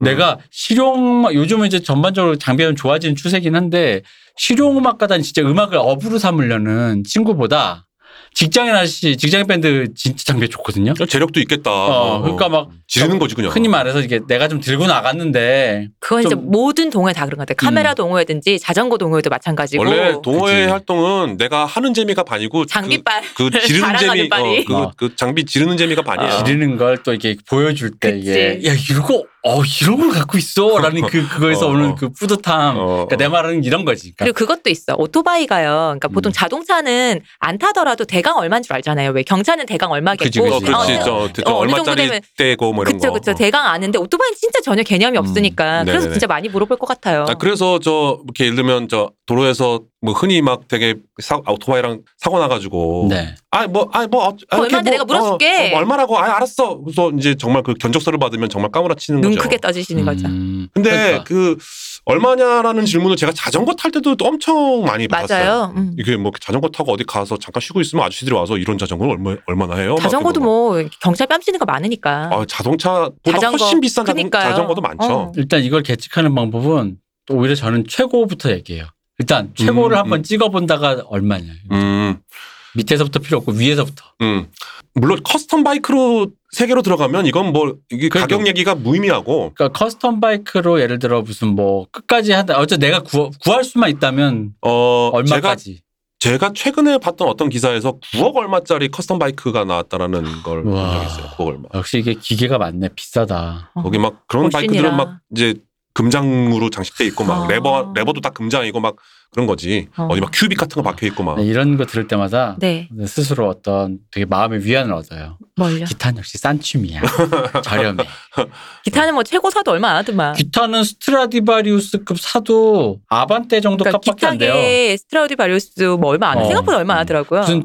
내가 실용음악 요즘은 이제 전반적으로 장비가 좀 좋아지는 추세긴 한데 실용음악가단 진짜 음악을 업으로 삼으려는 친구보다 직장인 아저씨 직장인 밴드 진짜 장비 좋거든요. 음. 재력도 있겠다. 어, 그러니까 막 지르는 거지 그냥. 흔히 말해서 이게 내가 좀 들고 나갔는데 그건 진짜 좀- 모든 동호회 다 그런 것 같아요. 카메라 동호회든지 자전거 동호회도 마찬가지고 원래 동호회 그치. 활동은 내가 하는 재미가 반이고 장비빨 (laughs) 그, 그 지르는 자랑하는 재미, 빨이. 어, 그, 어. 아. 그 장비 지르는 재미가 반이에요. 지르는 걸 또 이렇게 보여줄 때 그치. 이게 야 이거 어 이런 걸 (laughs) 갖고 있어라는 그 그거에서 어, 어. 오는 그 뿌듯함. 어, 그러니까 내 말은 이런 거지. 그리고 그러니까 그것도 있어. 오토바이가요. 그러니까 보통 음. 자동차는 안 타더라도 대강 얼마인 줄 알잖아요. 왜 경차는 대강 얼마겠고. 그치, 어, 그치. 그렇지. 어, 저, 어. 저 그러니까 어, 어느 정도 얼마짜리 되면- 떼고 뭐 이런 그쵸, 거. 그쵸. 어. 대강 아는데 오토바이는 진짜 전혀 개념이 없으니까. 그래서 네네네. 진짜 많이 물어볼 것 같아요. 아, 그래서 저 이렇게 예를 들면 저 도로에서 뭐 흔히 막 되게 사, 오토바이랑 사고 나가지고 음. 네. 아뭐아뭐 얼마인데 내가 물어줄게. 얼마라고 아 알았어 그래서 이제 정말 그 견적서를 받으면 정말 까무라치는 눈 거죠. 크게 떠지시는 거죠. 음, 근데 그러니까. 그 얼마냐라는 질문을 제가 자전거 탈 때도 엄청 많이 받았어요. 맞아요. 음. 이게 뭐 자전거 타고 어디 가서 잠깐 쉬고 있으면 아저씨들이 와서 이런 자전거는 얼마 얼마나 해요? 막 자전거도 이러고 뭐 경찰 뺨치는 거 많으니까. 막. 아, 자동차보다 자전거. 훨씬 비싼 자전, 그러니까요. 자전거도 많죠. 어. 일단 이걸 계측하는 방법은 또 오히려 저는 최고부터 얘기해요. 일단 최고를 음, 한번 음. 찍어본다가 얼마냐. 음. 밑에서부터 필요 없고 위에서부터. 음. 물론 커스텀 바이크로 세계로 들어가면 이건 뭐 이게 그래도- 가격 얘기가 무의미하고 그러니까 커스텀 바이크로 예를 들어 무슨 뭐 끝까지 한다. 어째 내가 구할 수만 있다면 어 제가 얼마까지? 제가 최근에 봤던 어떤 기사에서 9억 얼마짜리 커스텀 바이크가 나왔다라는 걸 본 우와. 적이 있어요. 9억 얼마. 역시 이게 기계가 많네. 비싸다. 거기 막 그런 훨씬이라. 바이크들은 막 이제 금장으로 장식돼 있고 막 어, 아. 레버 레버도 다 금장이고 막 그런 거지. 어. 어. 디막 큐빅 같은 거 박혀 있고 막. 네, 이런 거 들을 때마다 네, 스스로 어떤 되게 마음의 위안을 얻어요. 멀려. 기타는 역시 (laughs) 싼 춤이야. 저렴해. 기타는 뭐 최고사도 얼마 안 하더만. 기타는 스트라디바리우스급 사도 아반떼 정도 그러니까 값밖에 안 돼요. 기타계 스트라우디 바리우스 뭐 얼마 안 어. 생각보다 얼마 안 하더라고요. 무슨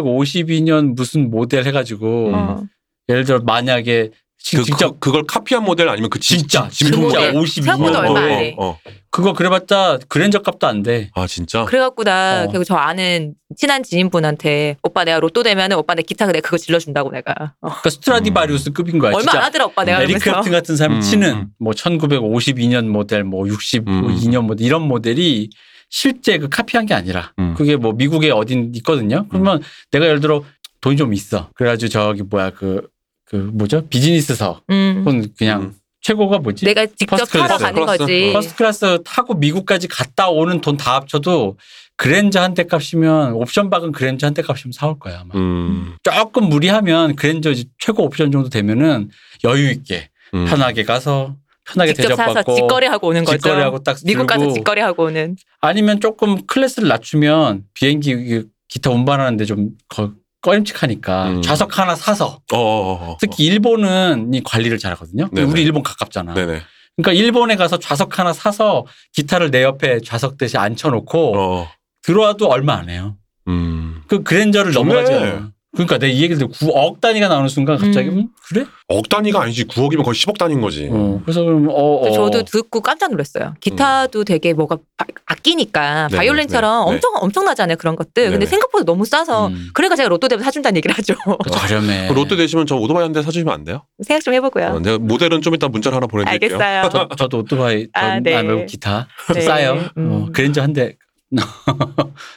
1952년 무슨 모델 해가지고 음. 어. 예를 들어 만약에 시- 그, 진짜 그, 걸 카피한 모델 아니면 그 진- 진짜 진품 진짜 모델. 생각보다 얼마 안 어, 해. 어, 어. 그거 그래봤자 그랜저 값도 안 돼. 아 진짜. 그래갖고 나 어. 결국 저 아는 친한 지인분한테 오빠 내가 로또 되면 은 오빠 내 기타 내가 그거 질러준다고 내가 어. 음. 그러니까 스트라디바리우스급인 거야. 얼마 안 진짜 하더라 오빠 내가 에릭 그러면서 크래프트 네, 같은 사람이 음, 치는 음. 뭐 1952년 모델, 뭐 62년 모델 이런 모델이 실제 그 카피한 게 아니라 음. 그게 뭐 미국에 어딘 있거든요. 그러면 내가 예를 들어 돈이 좀 있어. 그래가지고 저기 뭐야 그 그 뭐죠 비즈니스석 음. 혹은 그냥 음. 최고가 뭐지? 내가 직접 퍼스트 타러 클래스, 가는 클래스. 거지 퍼스트 클래스 타고 미국까지 갔다 오는 돈 다 합쳐도 그랜저 한 대 값이면 옵션 박은 그랜저 한 대 값이면 사올 거야 아마. 음. 조금 무리하면 그랜저 이제 최고 옵션 정도 되면은 여유 있게 음. 편하게 가서 편하게 직접 사서 대접받고 직거래하고 오는 거죠 직거래하고 딱 미국 가서 들고 직거래하고 오는 아니면 조금 클래스를 낮추면 비행기 그 기타 운반하는데 좀 거, 꺼림칙하니까 음. 좌석 하나 사서 어, 어, 어, 어. 특히 일본은 이 관리를 잘하거든요. 네네. 우리 일본 가깝잖아. 어, 네네. 그러니까 일본에 가서 좌석 하나 사서 기타를 내 옆에 좌석 대신 앉혀놓고 어. 들어와도 얼마 안 해요. 음. 그 그랜저를 좋네. 넘어가지 않아요. 그러니까 내 이 얘기를 듣고 9억 단위가 나오는 순간 갑자기 음. 음, 그래? 억 단위가 아니지 9억이면 거의 10억 단위인 거지. 어, 그래서 그럼 어, 어. 저도 듣고 깜짝 놀랐어요 기타도 되게 뭐가 아- 아끼니까 음. 네네, 바이올린처럼 네, 네. 엄청 엄청나잖아요 그런 것들 근데 네네. 생각보다 너무 싸서 음. 그러니까 제가 로또 되면 사준다는 얘기를 하죠 (laughs) 그 저렴해. 그 롯데 되시면 저 오토바이 한 대 사주시면 안 돼요? 생각 좀 해보고요 어, 내가 모델은 좀 이따 문자를 하나 보내드릴게요. 알겠어요 저, 저도 오토바이 아, 전- 네. 아, 말고 기타 네. 싸요. 음. 어, 그랜저 한 대 (laughs)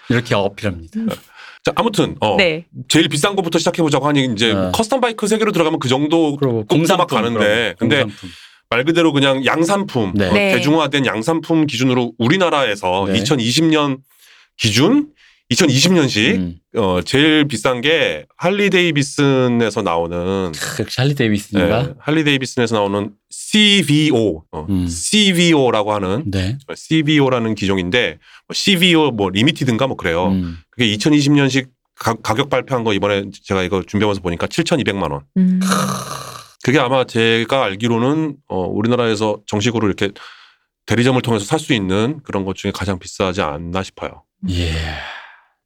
이렇게 어필합니다. 자, 아무튼 (laughs) 어, 네 제일 비싼 거부터 시작해 보자고 하니 이제 네. 커스텀 바이크 세계로 들어가면 그 정도 그리고 꼼꼼하게 공산품 가는데 그럼, 근데 공산품. 말 그대로 그냥 양산품 네. 어, 네. 대중화된 양산품 기준으로 우리나라에서 네. 2020년 기준 2020년식 음. 어, 제일 비싼 게 할리 데이비슨에서 나오는 예, 크, 역시 할리 데이비슨인가? 네. 할리 데이비슨에서 나오는 CVO 어, 음. CVO라고 하는 네. CVO라는 기종인데 뭐 CVO 뭐 리미티드인가 뭐 그래요. 음. 그게 2020년식 가, 격 발표한 거 이번에 제가 이거 준비하면서 보니까 7,200만 원. 음. 그게 아마 제가 알기로는 어, 우리나라에서 정식으로 이렇게 대리점을 통해서 살 수 있는 그런 것 중에 가장 비싸지 않나 싶어요. 예.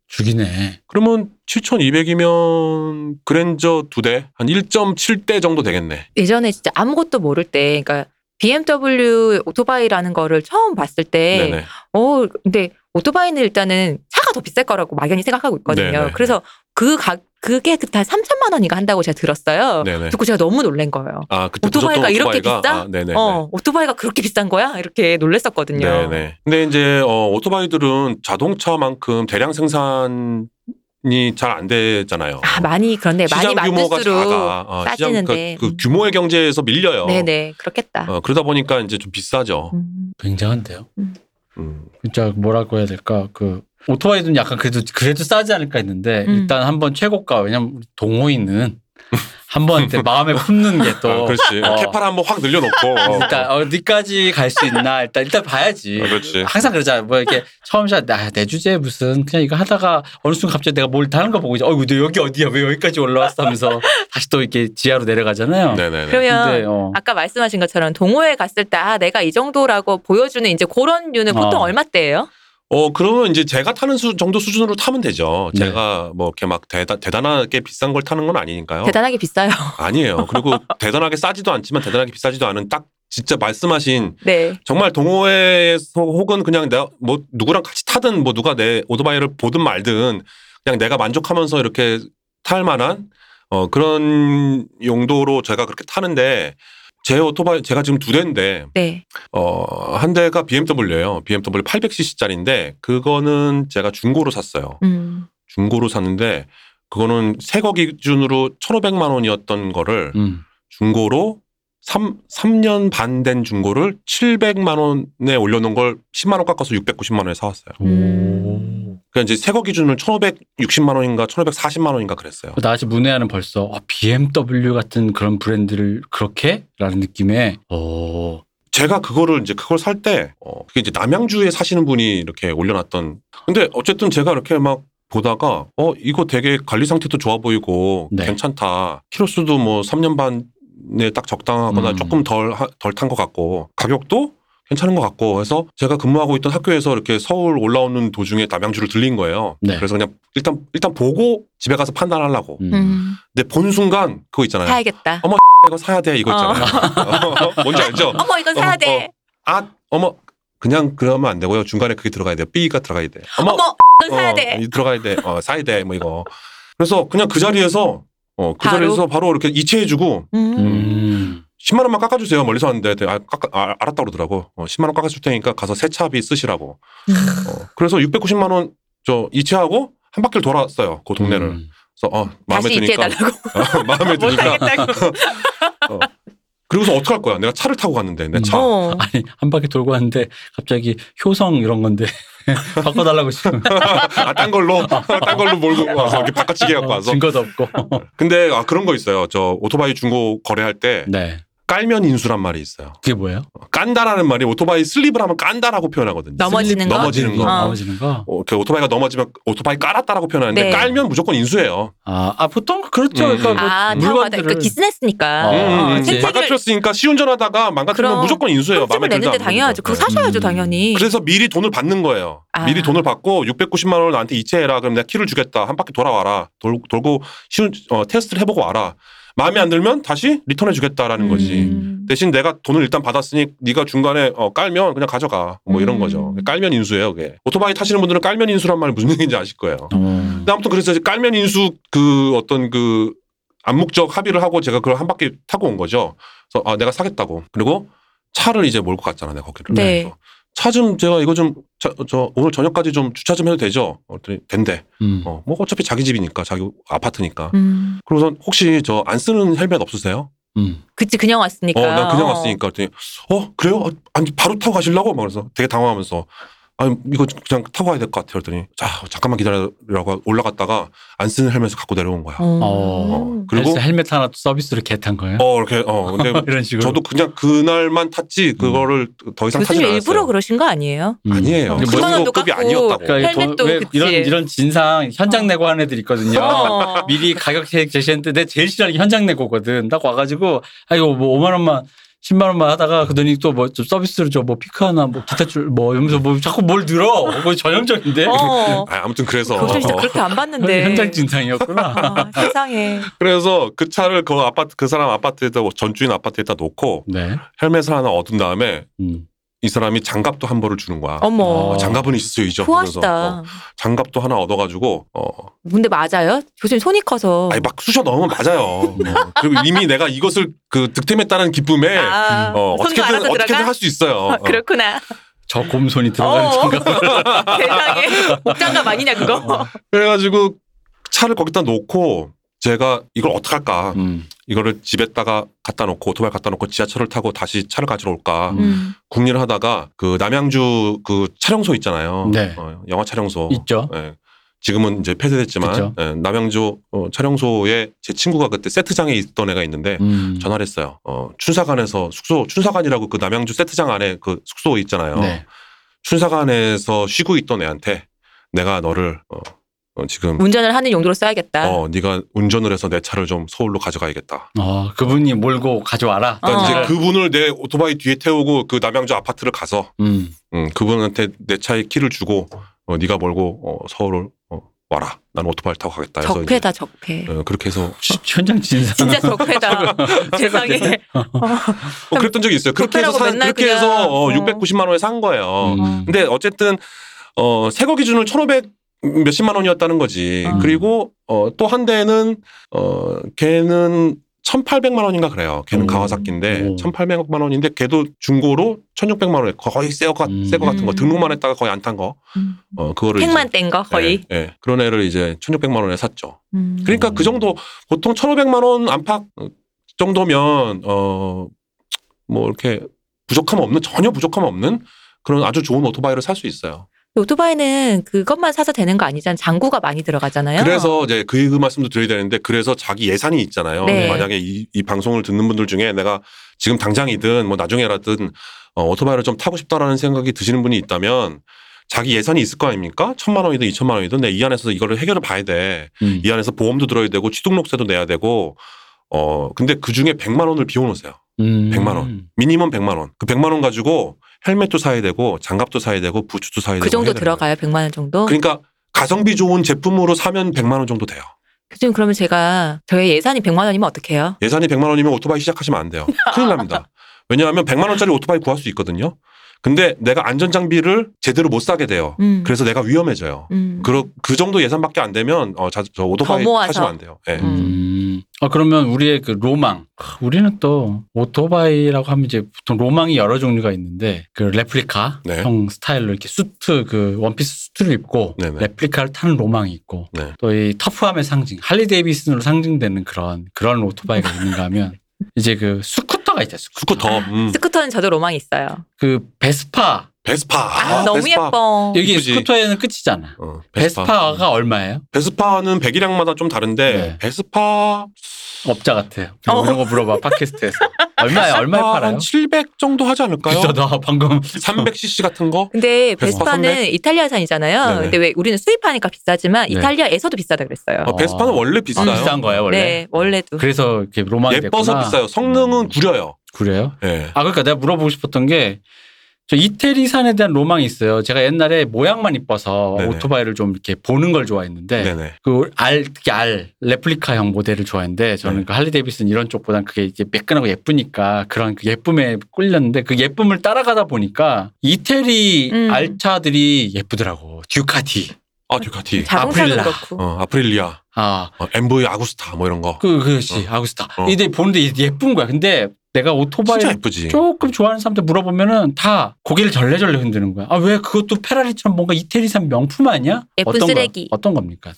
죽이네. 그러면 7,200이면 그랜저 두 대, 한 1.7대 정도 되겠네. 예전에 진짜 아무것도 모를 때, 그러니까 BMW 오토바이라는 거를 처음 봤을 때, 네네. 어, 근데 오토바이는 일단은 차가 더 비쌀 거라고 막연히 생각하고 있거든요. 네네. 그래서 그 가, 그게 다 3천만 원인가 한다고 제가 들었어요. 네네. 듣고 제가 너무 놀란 거예요. 아, 그때 오토바이가 부쉈던 이렇게 오토바이가? 비싸? 아, 네네. 어, 오토바이가 그렇게 비싼 거야? 이렇게 놀랬었거든요. 네네. 근데 이제 어, 오토바이들은 자동차만큼 대량 생산이 잘 안 되잖아요. 아, 많이 그렇네. 많이 시장 규모가 만들수록. 작아. 어, 따지는데. 시장 그, 음. 그 규모의 경제에서 밀려요. 네네, 그렇겠다. 어, 그러다 보니까 이제 좀 비싸죠. 음. 굉장한데요. 음. 진짜 뭐라고 해야 될까? 그 오토바이는 약간 그래도 그래도 싸지 않을까 했는데 음. 일단 한번 최고가 왜냐면 우리 동호인은 한번 이제 마음에 품는 아, 게또 그렇지. 어. 캐파를 한번 (laughs) 확 늘려놓고. 어. 그러니까. 일단 어, 어디까지 갈 수 있나 일단 일단 봐야지. 어, 그렇지. 항상 그러잖아. 뭐 이렇게 처음 시작내 주제 무슨 그냥 이거 하다가 어느 순간 갑자기 내가 뭘 다른 거 보고 이제 어이구 너 여기 어디야 왜 여기까지 (laughs) 올라왔어 하면서 다시 또 이렇게 지하로 내려가잖아요. 네네네. 그러면 근데 어, 아까 말씀하신 것처럼 동호회 갔을 때 아, 내가 이 정도라고 보여주는 이제 그런 류는 보통 어. 얼마대예요? 어, 그러면 이제 제가 타는 수, 정도 수준으로 타면 되죠. 네. 제가 뭐 이렇게 막 대단, 대단하게 비싼 걸 타는 건 아니니까요. 대단하게 (laughs) 비싸요. (laughs) 아니에요. 그리고 대단하게 싸지도 않지만 대단하게 비싸지도 않은 딱 진짜 말씀하신 네. 정말 동호회에서 혹은 그냥 내가 뭐 누구랑 같이 타든 뭐 누가 내 오토바이를 보든 말든 그냥 내가 만족하면서 이렇게 탈 만한 어 그런 용도로 제가 그렇게 타는데 제 오토바이 제가 지금 두 대인데 네. 어한 대가 BMW예요. BMW 800cc짜리인데 그거는 제가 중고로 샀어요. 음. 중고로 샀는데 그거는 새거 기준으로 1,500만 원이었던 거를 음. 중고로 3, 3년 반 된 중고를 700만 원에 올려놓은 걸 10만 원 깎아서 690만 원에 사왔어요. 음. 그러니까 이제 새거 기준은 1,560만 원인가 1,540만 원인가 그랬어요. 나 아직 문외한은 벌써 아, BMW 같은 그런 브랜드를 그렇게? 라는 느낌에 어, 제가 그거를 이제 그걸 살 때 어, 그게 이제 남양주에 사시는 분이 이렇게 올려놨던. 근데 어쨌든 제가 이렇게 막 보다가 어 이거 되게 관리 상태도 좋아 보이고 네. 괜찮다. 키로수도 뭐 3년 반에 딱 적당하거나 음. 조금 덜 덜 탄 것 같고 가격도 괜찮은 것 같고 해서 제가 근무하고 있던 학교에서 이렇게 서울 올라오는 도중에 남양주를 들린 거예요. 네. 그래서 그냥 일단 일단 보고 집에 가서 판단하려고. 음. 음. 근데 본 순간 그거 있잖아요. 사야겠다. 어. 이거 사야 돼 이거 있잖아요. (laughs) 뭔지 알죠? 어머 이건 사야 어, 돼. 아, 어머, 그냥 그러면 안 되고요. 중간에 그게 들어가야 돼요. 삐가 들어가야 돼. 어머, 어머 이건 사야 어, 돼. 이 들어가야 돼. 어, 사야 돼. 뭐 이거. 그래서 그냥 그 자리에서, 어, 그 바로? 자리에서 바로 이렇게 이체해주고, 음. 음. 10만원만 깎아주세요. 멀리서 왔는데. 아, 깎아, 아, 알았다고 그러더라고. 어, 10만원 깎아줄 테니까 가서 세차비 쓰시라고. 어, 그래서 690만원 저 이체하고 한 바퀴를 돌았어요. 그 동네를. 음. 그래서, 어, 마음에 다시 드니까. (laughs) 어, 이체해달라고. 마음에 못 드니까. (laughs) 사겠다고. 그리고서 어떡할 거야. 내가 차를 타고 갔는데. 내 음. 차. 어. 아니 한 바퀴 돌고 왔는데 갑자기 효성 이런 건데 (laughs) 바꿔달라고 지금 (laughs) 아, 딴 걸로. 딴 걸로 몰고 와서 이렇게 바깥치기 갖고 와서. 증거도 없고 (laughs) 근데 아 그런 거 있어요. 저 오토바이 중고 거래할 때 네 깔면 인수란 말이 있어요. 그게 뭐예요? 깐다라는 말이 오토바이 슬립을 하면 깐다라고 표현하거든요. 넘어지는 거? 넘어지는 거. 어. 넘어지는 거? 어, 그 오토바이가 넘어지면 오토바이 깔았다라고 표현하는데 네. 깔면 무조건 인수예요. 아, 아, 보통 그렇죠. 음. 그러니까 뭐 아, 타워마다 물건들을 그러니까 기스냈으니까. 어, 음, 음, 음. 그치. 생태계를- 망가뜨렸으니까 시운전하다가 망가뜨리면 아, 그럼. 무조건 인수예요. 마음에 흠집을 들지 네. 내는데 당연하죠. 그거 사셔야죠 음. 당연히. 그래서 미리 돈을 받는 거예요. 아. 미리 돈을 받고 690만 원을 나한테 이체해라. 그럼 내가 키를 주겠다. 한 바퀴 돌아와라. 돌, 돌고 시운 어, 테스트를 해보고 와라. 마음에 안 들면 다시 리턴해주겠다라는 거지. 음. 대신 내가 돈을 일단 받았으니 네가 중간에 어, 깔면 그냥 가져가 뭐 이런 음. 거죠. 깔면 인수예요. 그게 오토바이 타시는 분들은 깔면 인수란 말이 무슨 얘기인지 아실 거예요. 음. 근데 아무튼 그래서 이제 깔면 인수 그 어떤 그 암묵적 합의를 하고 제가 그걸 한 바퀴 타고 온 거죠. 그래서 아 내가 사겠다고 그리고 차를 이제 몰고 갔잖아 내가 거기를. 네. 차 좀 제가 이거 좀 저 오늘 저녁까지 좀 주차 좀 해도 되죠? 그랬더니 된대. 음. 어, 뭐 어차피 자기 집이니까 자기 아파트니까. 음. 그러고선 혹시 저 안 쓰는 헬멧 없으세요? 음. 그치 그냥 왔으니까. 어, 나 그냥 왔으니까. 그랬더니, 어, 그래요? 아, 아니, 바로 타고 가시려고? 막 그래서 되게 당황하면서. 아니, 이거 그냥 타고 가야 될 것 같아요. 그랬더니, 자, 잠깐만 기다리라고 올라갔다가 안 쓰는 헬멧을 갖고 내려온 거야. 어. 어, 음. 어. 그리고, 그래서 헬멧 하나 서비스로 개탄 거예요? 이렇게, (laughs) 어, 근데 이런 식으로. 저도 그냥 그날만 탔지, 그거를 더 이상 교수님 타지 않았어요. 일부러 음. 그러신 거 아니에요? 음. 아니에요. 그 그만 정도 원도 급이 깎고. 아니었다고. 그러니까 이거 헬멧도 돈- 왜 그치. 이런 이런 진상 현장 내고 하는 애들 있거든요. 어. 미리 가격 계획 제시했는데 내 제일 싫어하는 게 현장 내고거든. 딱 와가지고 아 이거 뭐 5만 원만 10만 원만 하다가 그더니 또 뭐 좀 서비스로 저 뭐 피크 하나 뭐 기타 줄뭐 이러면서 뭐 자꾸 뭘 늘어. 그거 전형적인데. 어. 네. 아, 아무튼 그래서. 교수님 진짜 그렇게 안 봤는데. (laughs) 현장 진상이었구나. 아, 세상에. 그래서 그 차를 그 아파트, 그 사람 아파트에다, 전주인 아파트에다 놓고 네. 헬멧을 하나 얻은 다음에 음. 이 사람이 장갑도 한 벌을 주는 거야. 어머. 어, 장갑은 있어야죠. 좋아하시다. 장갑도 하나 얻어가지고 어, 근데 맞아요? 교수님 손이 커서. 아니 막 쑤셔 넣으면 맞아요. 어, 그리고 이미 내가 이것을 그 득템했다는 기쁨에 네. 아, 어, 손도 어떻게든 알아서 들어가? 어떻게든 할 수 있어요. 어. 그렇구나. 저 곰손이 들어가는 어. (laughs) 장갑. 세상에. 목장갑 아니냐 어. 그거. 그래가지고 차를 거기다 놓고 제가 이걸 어떡할까? 음. 이거를 집에다가 갖다 놓고 오토바이 갖다 놓고 지하철을 타고 다시 차를 가지러 올까? 음. 음. 국리를 하다가 그 남양주 그 촬영소 있잖아요. 네. 어, 영화 촬영소. 있죠. 예. 지금은 이제 그쵸. 폐쇄됐지만 예, 남양주 어, 촬영소에 제 친구가 그때 세트장에 있던 애가 있는데 음. 전화를 했어요. 어, 춘사관에서 숙소, 춘사관이라고 그 남양주 세트장 안에 그 숙소 있잖아요. 네. 춘사관에서 쉬고 있던 애한테 내가 너를 어, 어, 지금 운전을 하는 용도로 써야겠다. 어, 네가 운전을 해서 내 차를 좀 서울로 가져가야겠다. 어, 그분이 몰고 가져와라. 그러니까 어. 이제 그분을 내 오토바이 뒤에 태우고 그 남양주 아파트를 가서 음. 음, 그분한테 내 차에 키를 주고 어, 네가 몰고 어, 서울을 어, 와라. 난 오토바이 타고 가겠다. 해서 이제, 적폐다 적폐. 어, 그렇게 해서 시- (laughs) 현장 진상. 진짜 적폐다. (laughs) 세상에. (laughs) 어, 그랬던 적이 있어요. 그렇게 해서 적폐라고 산- 맨날 그렇게 해서 그냥, 어, 어. 690만 원에 산 거예요. 음. 어, 근데 어쨌든 어 세거 기준을 1,500 음. 몇십만 원이었다는 거지. 어. 그리고 어 또 한 대는 어 걔는 1,800만 원인가 그래요. 걔는 오. 가와사키인데 오. 1,800만 원인데 걔도 중고로 1,600만 원에 거의 새거 음. 새거 같은 거 음. 등록만 했다가 거의 안 탄 거. 음. 어 그거를 이제- 택만 뗀 거 거의. 예, 예. 그런 애를 이제 1,600만 원에 샀죠. 음. 그러니까 음. 그 정도 보통 1,500만 원 안팎 어, 정도면 어 뭐 이렇게 부족함 없는 전혀 부족함 없는 그런 아주 좋은 오토바이를 살 수 있어요. 오토바이는 그것만 사서 되는 거 아니잖아요. 장구가 많이 들어가잖아요. 그래서 이제 그 말씀도 드려야 되는데 그래서 자기 예산이 있잖아요. 네. 만약에 이, 이 방송을 듣는 분들 중에 내가 지금 당장이든 뭐 나중에라든 어, 오토바이를 좀 타고 싶다라는 생각이 드시는 분이 있다면 자기 예산이 있을 거 아닙니까? 천만 원이든 이천만 원이든 내 이 안에서 이거를 해결해 봐야 돼. 음. 이 안에서 보험도 들어야 되고 취등록세도 내야 되고 어 근데 그 중에 100만 원을 비워놓으세요. 음. 100만 원. 미니멈 100만 원. 그 100만 원 가지고 헬멧도 사야 되고 장갑도 사야 되고 부츠도 사야 되고 그 정도 해야 되는 거예요. 들어가요. 100만 원 정도. 그러니까 가성비 좋은 제품으로 사면 100만 원 정도 돼요. 지금 그러면 제가 저의 예산이 100만 원이면 어떡해요? 예산이 100만 원이면 오토바이 시작하시면 안 돼요. 큰일 납니다. 왜냐하면 100만 원짜리 오토바이 구할 수 있거든요. 근데 내가 안전 장비를 제대로 못 사게 돼요. 음. 그래서 내가 위험해져요. 음. 그러, 그 정도 예산밖에 안 되면 어, 자, 저 오토바이 더 모아서. 타시면 안 돼요. 예. 음. 음. 아 그러면 우리의 그 로망. 크, 우리는 또 오토바이라고 하면 이제 보통 로망이 여러 종류가 있는데 그 레플리카 네. 형 스타일로 이렇게 수트 그 원피스 수트를 입고 네네. 레플리카를 타는 로망이 있고 네. 또 이 터프함의 상징 할리 데이비슨으로 상징되는 그런 그런 오토바이가 (laughs) 있는가 하면 이제 그 스쿠터가 있죠. 스쿠터. 스쿠터, 음. 스쿠터는 저도 로망이 있어요. 그 베스파 베스파. 아, 너무 베스파. 예뻐. 여기 이쁘지. 스쿠터에는 끝이잖아. 어, 베스파. 가 얼마예요? 베스파는 배기량마다 좀 다른데 네. 베스파 업자 같아요. 어. 이런 거 물어봐 (laughs) 팟캐스트에서 얼마에 얼마에 베스파 팔아요? 한700 정도 하지 않을까요? 비싸다 (laughs) 방금 300cc 같은 거? 근데 베스파 베스파는 선배? 이탈리아산이잖아요. 네네. 근데 왜 우리는 수입하니까 비싸지만 네. 이탈리아에서도 비싸다 그랬어요. 어, 베스파는 원래 어, 비싸요. 아, 비싼 거예요 원래. 네, 원래도. 그래서 이렇게 로망이 예뻐서 됐구나. 비싸요. 성능은 구려요. 구려요. 예. 아 그러니까 내가 물어보고 싶었던 게 저 이태리산에 대한 로망이 있어요. 제가 옛날에 모양만 이뻐서 네네. 오토바이를 좀 이렇게 보는 걸 좋아했는데 네네. 그 알 특히 알 레플리카형 모델을 좋아했는데 저는 네. 그 할리 데이비슨 이런 쪽보단 그게 이제 매끈하고 예쁘니까 그런 그 예쁨에 끌렸는데 그 예쁨을 따라가다 보니까 이태리 음. 알차들이 예쁘더라고 듀카티 아, 듀카티. 자동차도 아프릴라. 그렇고. 어, 아프릴리아, 아 어, 엠보이 아구스타 뭐 이런 거. 그, 그렇지. 아구스타. 어. 근데 보는데 예쁜 거야. 근데 내가 진짜 오토바이를 예쁘지. 조금 좋아하는 사람들 물어보면은 다 고개를 절레절레 흔드는 거야. 아, 왜 그것도 페라리처럼 뭔가 이태리산 명품 아니야? 예쁜 어떤 거- 쓰레기. 어떤 겁니까?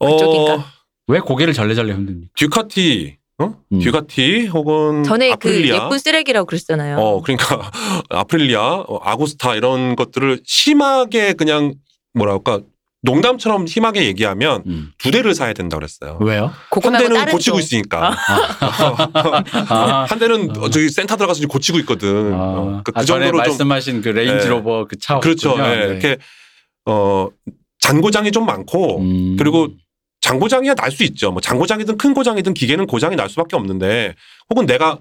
그쪽인가? 왜 고개를 절레절레 흔듭니까? 어, 듀카티, 어? 음. 듀카티 혹은 전에 그 아프릴리아. 예쁜 쓰레기라고 그랬잖아요. 어, 그러니까 (laughs) 아프릴리아, 어, 아구스타 이런 것들을 심하게 그냥 뭐랄까 농담처럼 심하게 얘기하면 음. 두 대를 사야 된다 그랬어요. 왜요? 한 그거하고 대는 다른 고치고 쪽. 있으니까. 아, 한 대는 아. 어, 저기 센터 들어가서 지금 고치고 있거든. 어, 아, 그, 그 아, 전에 정도로 좀 네. 말씀하신 그 레인지로버 그 차. 그렇죠. 없군요. 예, 네. 이렇게 어 잔고장이 좀 많고 음. 그리고 장고장이야 날 수 있죠. 뭐 장고장이든 큰 고장이든 기계는 고장이 날 수밖에 없는데 혹은 내가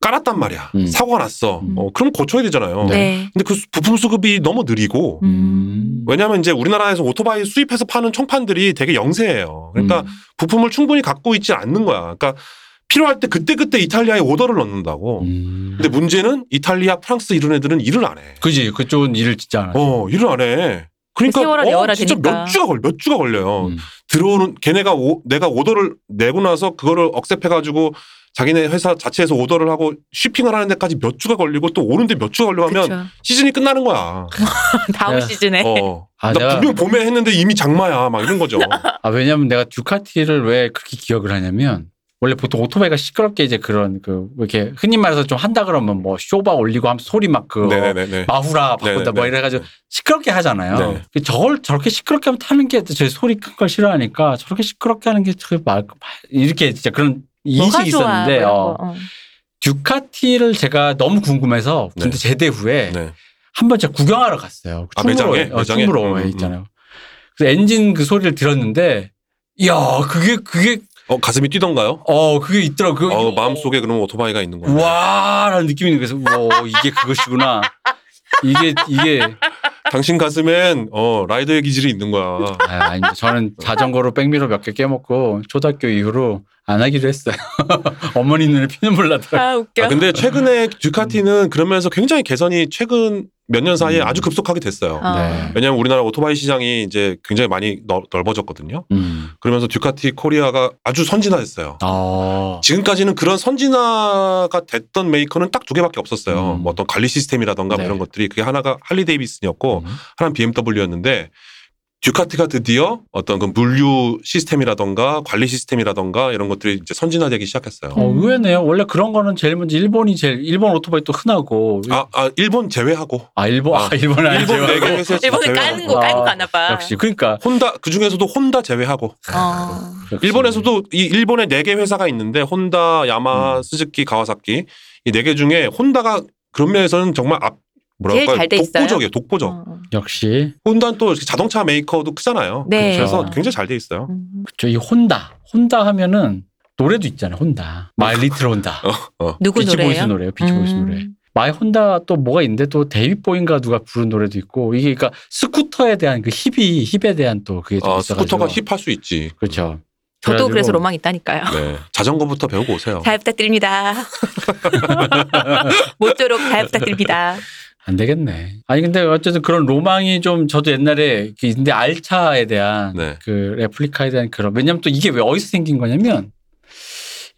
깔았단 말이야. 음. 사고가 났어. 음. 어, 그럼 고쳐야 되잖아요. 네. 근데 그 수- 부품 수급이 너무 느리고 음. 왜냐하면 이제 우리나라에서 오토바이 수입해서 파는 총판들이 되게 영세해요. 그러니까 음. 부품을 충분히 갖고 있지 않는 거야. 그러니까 필요할 때 그때그때 이탈리아에 오더를 넣는다고. 음. 근데 문제는 이탈리아, 프랑스 이런 애들은 일을 안 해. 그지. 그쪽은 일을 진짜 안 하죠. 어, 일을 안 해. 그러니까 세월아, 네월아 어, 진짜 되니까. 몇 주가 걸려. 몇 주가 걸려요. 음. 들어오는 걔네가 오- 내가 오더를 내고 나서 그거를 억셉해 가지고 자기네 회사 자체에서 오더를 하고 쇼핑을 하는 데까지 몇 주가 걸리고 또 오는데 몇 주가 걸리고 하면 그쵸. 시즌이 끝나는 거야. (laughs) 다음 네. 시즌에. 어. 아, 나 내가- 분명 봄에 했는데 이미 장마야. 막 이런 거죠. 아, 왜냐면 내가 듀카티를 왜 그렇게 기억을 하냐면 원래 보통 오토바이가 시끄럽게 이제 그런 그뭐 이렇게 흔히 말해서 좀 한다 그러면 뭐 쇼바 올리고 하면 소리 막 그 네네네. 마후라 바꾼다 뭐 네네네. 이래가지고 시끄럽게 하잖아요. 네. 그 저걸 저렇게 시끄럽게 하면 타는 게 제 소리 큰 걸 싫어하니까 저렇게 시끄럽게 하는 게 저게 말 이렇게 진짜 그런 뭐가 인식이 좋아, 뭐 있었는데 이런 어, 거. 어. 듀카티를 제가 너무 궁금해서 네. 군대 제대 후에 네. 한 번 제가 구경하러 갔어요. 아, 충무로에, 매장에? 어, 매장에? 충무로에 음, 음. 있잖아요. 그래서 엔진 그 소리를 들었는데 이야 그게 그게 어, 가슴이 뛰던가요? 어 그게 있더라고. 그거 어, 마음속에 그럼 오토바이가 있는 거예요. 와라는 느낌이 그래서 와 이게 그것이구나. 이게 이게 당신 가슴엔 어, 라이더의 기질이 있는 거야. 아, 아닙니다. 저는 자전거로 백미러 몇 개 깨먹고 초등학교 이후로 안 하기로 했어요. (laughs) 어머니 눈에 피눈물 나더라고. 아, 웃겨. 아, 근데 최근에 듀카티는 그러면서 굉장히 개선이 최근 몇 년 사이에 음. 아주 급속하게 됐어요. 아. 네. 왜냐하면 우리나라 오토바이 시장이 이제 굉장히 많이 넓- 넓어졌거든요. 음. 그러면서 듀카티 코리아가 아주 선진화했어요. 아. 지금까지는 그런 선진화가 됐던 메이커는 딱 두 개밖에 없었어요. 음. 뭐 어떤 관리 시스템이라던가 뭐 네. 이런 것들이 그게 하나가 할리 데이비슨이었고 음. 하나는 BMW였는데 듀카티가 드디어 어떤 그 물류 시스템이라던가 관리 시스템이라던가 이런 것들이 이제 선진화되기 시작했어요. 어, 음. 의외네요. 원래 그런 거는 제일 먼저 일본이 제일 일본 오토바이도 흔하고 아, 아, 일본 제외하고 아, 일본 아, 아, 일본 아니죠. 일본 네개 회사 일본은 제외하고. 깔는 거 아, 깔고 가나 봐. 역시 그러니까 혼다 그 중에서도 혼다 제외하고 어. 역시. 일본에서도 이 일본에 네 개 회사가 있는데 혼다, 야마, 음. 스즈키, 가와사키 이 네 개 중에 혼다가 그런 면에서는 정말 앞 제일 뭐랄까 잘돼 있어요? 독보적이에요. 독보적. 어. 역시 혼다는 또 자동차 메이커도 크잖아요. 네. 그래서 그렇죠. 굉장히 잘 돼 있어요. 음. 저이 혼다 혼다 하면은 노래도 있잖아요. 혼다 마이 리틀 혼다 어. 누구 비치 보이스 노래예요? 노래요. 비치 보이스 음. 노래. 마이 혼다 또 뭐가 있는데 또 데이빗 보인가 누가 부른 노래도 있고 이게 그러니까 스쿠터에 대한 그 힙이 힙에 대한 또 그게 좀 아, 있어가지고 스쿠터가 힙할 수 있지. 그렇죠. 저도 그래가지고 어. 그래서 로망 있다니까요. 네. 자전거부터 배우고 오세요. 잘 (laughs) 부탁드립니다. 모쪼록 잘 부탁드립니다. 안 되겠네. 아니 근데 어쨌든 그런 로망이 좀 저도 옛날에 이렇게 있는데 알차에 대한 네. 그 레플리카에 대한 그런 왜냐면 또 이게 왜 어디서 생긴 거냐면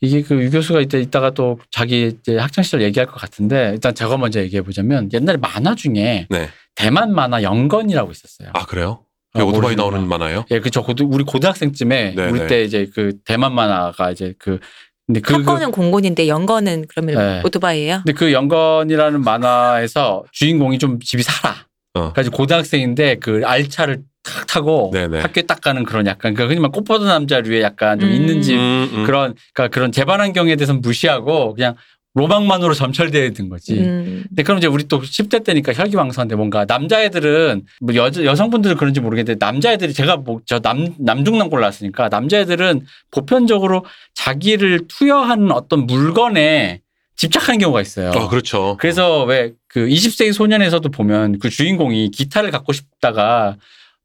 이게 그 유 교수가 이때 이따가 또 자기 이제 학창 시절 얘기할 것 같은데 일단 제가 먼저 얘기해 보자면 옛날에 만화 중에 네. 대만 만화 영건이라고 있었어요. 아 그래요? 어, 오토바이 모르시는구나. 나오는 만화요? 예, 그저 고등 우리 고등학생쯤에 네, 우리 네. 때 이제 그 대만 만화가 이제 그 근데 그, 그 사건은 공곤인데 연건은 그러면 네. 오토바이예요? 근데 그 영건이라는 만화에서 주인공이 좀 집이 살아. 어. 그래서 고등학생인데 그 알차를 탁 타고 네네. 학교에 딱 가는 그런 약간 그 흔히 말 꽃보다 남자류의 약간 좀 음. 있는 집 음, 음. 그런 그러니까 그런 재반환경에 대해서 는 무시하고 그냥 로망만으로 점철되어 든 거지. 음. 근데 그럼 이제 우리 또 10대 때니까 혈기왕성한데 뭔가 남자애들은 뭐 여, 여성분들은 그런지 모르겠는데 남자애들이 제가 뭐 저 남 남중남골 나왔으니까 남자애들은 보편적으로 자기를 투여하는 어떤 물건에 집착하는 경우가 있어요. 아 그렇죠. 그래서 왜 그 20세기 소년에서도 보면 그 주인공이 기타를 갖고 싶다가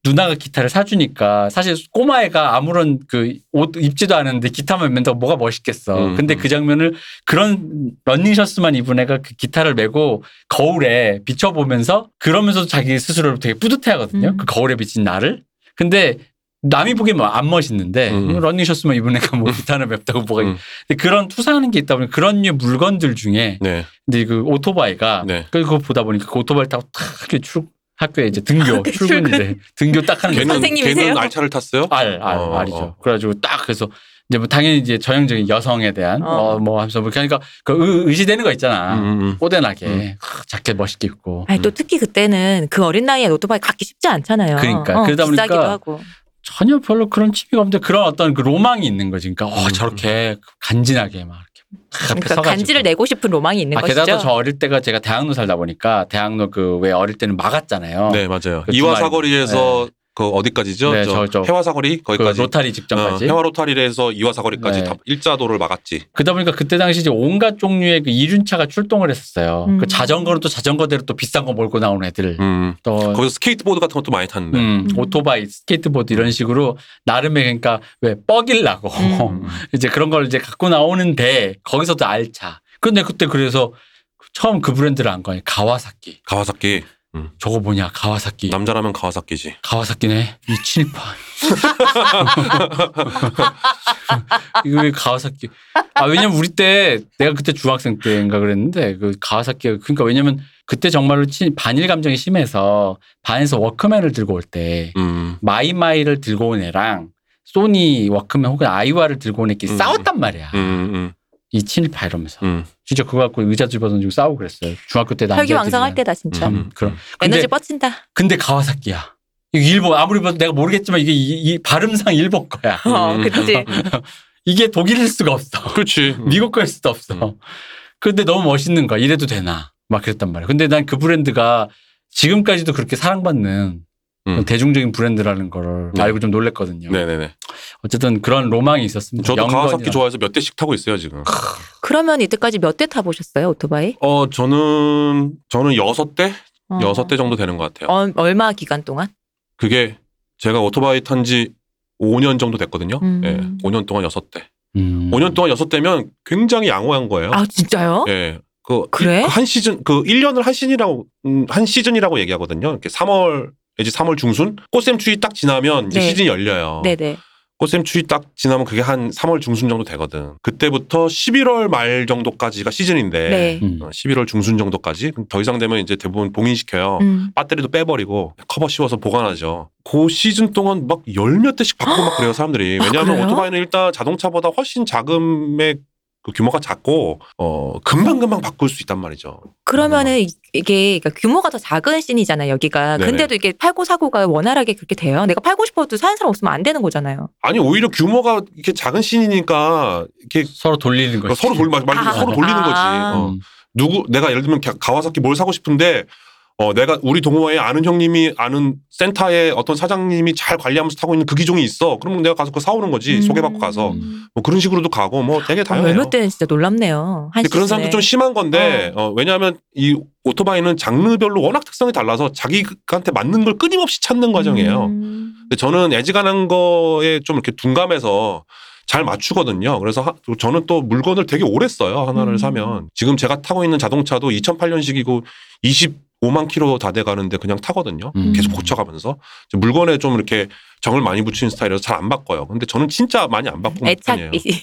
누나가 기타를 사주니까 사실 꼬마애가 아무런 그 옷 입지도 않았는데 기타만 맨다 뭐가 멋있겠어. 음, 근데 음. 그 장면을 그런 런닝셔츠만 입은 애가 그 기타를 메고 거울에 비춰보면서 그러면서도 자기 스스로를 되게 뿌듯해 하거든요. 음. 그 거울에 비친 나를. 근데 남이 보기엔 뭐안 멋있는데 음. 런닝셔츠만 입은 애가 뭐 기타를 맵다고 뭐가. 음. 근데 그런 투사하는 게 있다 보니 그런 류 물건들 중에 네. 근데 그 오토바이가 네. 그거 보다 보니까 그 오토바이 타고 탁 학교 출 학교에 이제 등교 그 출근인데 등교 딱 하는 걔는 선생님이세요? 걔는 알차를 탔어요? 알알 어, 알이죠. 어. 그래가지고 딱 그래서 이제 뭐 당연히 이제 전형적인 여성에 대한 어. 어 뭐 하면서 뭐 그러니까 그 의- 의지되는 거 있잖아. 음, 음, 뽀대나게 음. 아, 자켓 멋있게 입고 아니 또 특히 그때는 그 어린 나이에 오토바이 갖기 쉽지 않잖아요. 음. 어, 그러니까. 그러다 보니까 비싸기도 하고. 전혀 별로 그런 취미가 없는데 그런 어떤 그 로망이 있는 거지. 그러니까 어 음. 저렇게 간지나게 막 이렇게 딱 앞에 그러니까 서가지고. 간지를 내고 싶은 로망이 있는 아 것이죠. 게다가 저 어릴 때가 제가 대학로 살다 보니까 대학로 그 왜 어릴 때는 막았잖아요. 음. 네 맞아요. 그 이화 주말- 사거리에서 그 어디까지죠? 네, 저 저- 저- 해화 사거리 그 거기까지. 로타리 직전까지. 어, 해화 로타리에서 이화 사거리까지 네. 다 일자도를 막았지. 그러다 보니까 그때 당시 이제 온갖 종류의 그 이륜차가 출동을 했었어요. 음. 그 자전거는 또 자전거대로 또 비싼 거 몰고 나오는 애들. 음. 또 거기서 스케이트보드 같은 것도 많이 탔는데. 음, 음. 오토바이, 스케이트보드 이런 식으로 나름의 그러니까 왜 뻑일라고 어. 음. (laughs) 이제 그런 걸 이제 갖고 나오는데 거기서도 알차. 그런데 그때 그래서 처음 그 브랜드를 안 거니 가와사키. 가와사키 저거 뭐냐 가와사키. 남자라면 가와사키지. 가와사키네 이 칠파. (laughs) 이거 왜 가와사키? 아 왜냐면 우리 때 내가 그때 중학생 때인가 그랬는데 그 가와사키 그러니까 왜냐면 그때 정말로 친- 반일 감정이 심해서 반에서 워크맨을 들고 올 때 음. 마이마이를 들고 온 애랑 소니 워크맨 혹은 아이와를 들고 온 애끼리 음. 싸웠단 말이야. 음. 음. 이 친일파 이러면서 음. 진짜 그거 갖고 의자 집어던지고 싸우고 그랬어요. 중학교 때 남자 혈기왕성할 때다 진짜. 음. 참 그럼 에너지 뻗친다. 음. 근데 가와사키야. 이거 일본 아무리 봐도 내가 모르겠지만 이게 이, 이 발음상 일본 거야. (laughs) 어, 그치. 이게 독일일 수가 없어. 음. (laughs) (laughs) 그렇지. 미국 거일 수도 없어. 음. 근데 너무 멋있는 거야. 이래도 되나? 막 그랬단 말이야. 근데 난 그 브랜드가 지금까지도 그렇게 사랑받는 음. 대중적인 브랜드라는 거를 네. 알고 좀 놀랬거든요. 네네네. 어쨌든 그런 로망이 있었습니다. 저도 가와사키 영건이랑. 좋아해서 몇 대씩 타고 있어요 지금. 그러면 이때까지 몇 대 타보셨어요 오토바이? 어 저는 저는 여섯 대 어. 여섯 대 정도 되는 것 같아요. 어, 얼마 기간 동안? 그게 제가 오토바이 탄 지 5년 정도 됐거든요. 음. 예, 5년 동안 여섯 대. 음. 5년 동안 여섯 대면 굉장히 양호한 거예요. 아 진짜요? 예. 그 그래? 한 시즌 그 1년을 한 시즌이라고 음, 한 시즌이라고 얘기하거든요. 이렇게 3월 이제 3월 중순 꽃샘추위 딱 지나면 이제 네. 시즌이 열려요. 네네. 꽃샘 추위 딱 지나면 그게 한 3월 중순 정도 되거든. 그때부터 11월 말 정도까지가 시즌인데 네. 음. 어, 11월 중순 정도까지 그럼 더 이상 되면 이제 대부분 봉인시켜요. 음. 배터리도 빼버리고 커버 씌워서 보관하죠. 그 시즌 동안 막 열 몇 대씩 바꾸고 막 그래요 사람들이. 아, 왜냐하면 그래요? 오토바이는 일단 자동차보다 훨씬 자금의 그 규모가 작고 어 금방 금방 바꿀 수 있단 말이죠. 그러면은 이- 이게 그러니까 규모가 더 작은 씬이잖아요, 여기가. 음. 네네. 근데도 이게 팔고 사고가 원활하게 그렇게 돼요. 내가 팔고 싶어도 사는 사람 없으면 안 되는 거잖아요. 아니 오히려 규모가 이렇게 작은 씬이니까 이렇게 서로 돌리는 거지. 음. 서로 돌 말, 말 그대로 아. 서로 돌리는 거지. 아. 어. 누구 내가 예를 들면 가- 가와사키 뭘 사고 싶은데 어 내가 우리 동호회 아는 형님이 아는 센터에 어떤 사장님이 잘 관리하면서 타고 있는 그 기종이 있어. 그러면 내가 가서 그거 사오는 거지. 음. 소개받고 가서 음. 뭐 그런 식으로도 가고 뭐 되게 아, 다양해요. 몇몇 때는 진짜 놀랍네요. 한 근데 그런 사람도 시즌에. 좀 심한 건데 어, 왜냐하면 이 오토바이는 장르별로 워낙 특성이 달라서 자기한테 맞는 걸 끊임없이 찾는 과정이에요. 음. 근데 저는 애지간한 거에 좀 이렇게 둔감해서 잘 맞추거든요. 그래서 하- 또 저는 또 물건을 되게 오래 써요. 하나를 음. 사면. 지금 제가 타고 있는 자동차도 2008년식이고 25만 킬로 다 돼가는데 그냥 타거든요. 음. 계속 고쳐가면서. 이제 물건에 좀 이렇게 정을 많이 붙이는 스타일이라서 잘 안 바꿔요. 근데 저는 진짜 많이 안 바꾸는 편이에요. 애착이.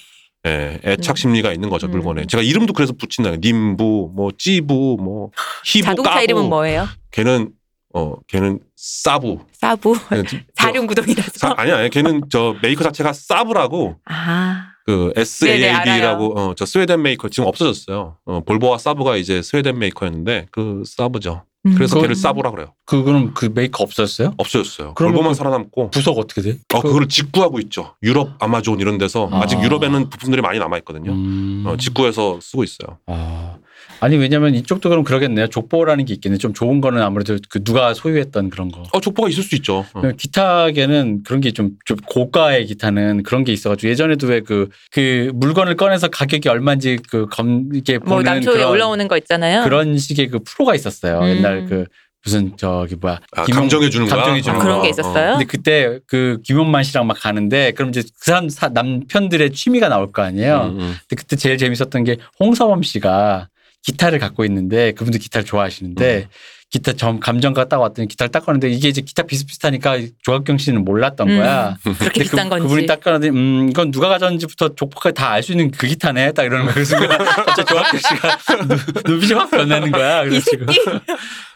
예, 애착 심리가 있는 거죠 음. 물건에. 제가 이름도 그래서 붙인다. 님부, 뭐 찌부, 뭐 히부, 자동차 까부. 이름은 뭐예요? 걔는 어, 걔는 싸부. 사부. (laughs) 걔는 저- 사륜구동이라서. 뭐 사- 아니 아니, 걔는 저 메이커 자체가 싸부라고 아. 그 S A 네네, L 알아요. B라고 어, 저 스웨덴 메이커 지금 없어졌어요. 어, 볼보와 싸부가 이제 스웨덴 메이커였는데 그 싸부죠. 음. 그래서 그건- 걔를 싸부라 그래요. 그거는 그 메이크 없었어요? 없어졌어요. 그러면 볼보만 그- 살아남고 부서가 어떻게 돼? 어 그거를 직구하고 있죠. 유럽 아마존 이런 데서 아. 아직 유럽에는 부품들이 많이 남아 있거든요. 음. 어, 직구해서 쓰고 있어요. 아. 아니 왜냐면 이쪽도 그럼 그러겠네요. 족보라는 게 있겠네. 좀 좋은 거는 아무래도 그 누가 소유했던 그런 거. 어 족보가 있을 수 있죠. 어. 그냥 기타계는 그런 게 좀 좀 고가의 기타는 그런 게 있어가지고 예전에도 왜 그 그 물건을 꺼내서 가격이 얼마인지 그검 이게 보는 뭐 남초에 그런 올라오는 거 있잖아요. 그런 식의 그 프로가 있었어요. 음. 옛날 그 무슨 저기 뭐야 아, 김용- 감정해 주는 거야? 감정해 주는 아, 그런 거. 게 있었어요? 근데 그때 그 김용만 씨랑 막 가는데 그럼 이제 그 사람 사- 남편들의 취미가 나올 거 아니에요. 음, 음. 근데 그때 제일 재밌었던 게 홍서범 씨가 기타를 갖고 있는데 그분도 기타를 음. 좋아하시는데 기타 점 감정가 딱 왔더니 기타를 딱 꺼는데 이게 이제 기타 비슷비슷하니까 조학경 씨는 몰랐던 음. 거야. 그렇게 근데 비싼 그, 건지. 그분이 딱 꺼내더니 음 이건 누가 가져왔는지부터 족보까지 다 알 수 있는 그 기타네 딱 이러는 거예요. 그래서 (laughs) 갑자기 조학경 씨가 눈- 눈빛이 확 변하는 거야. 이 그래서 지금 새끼.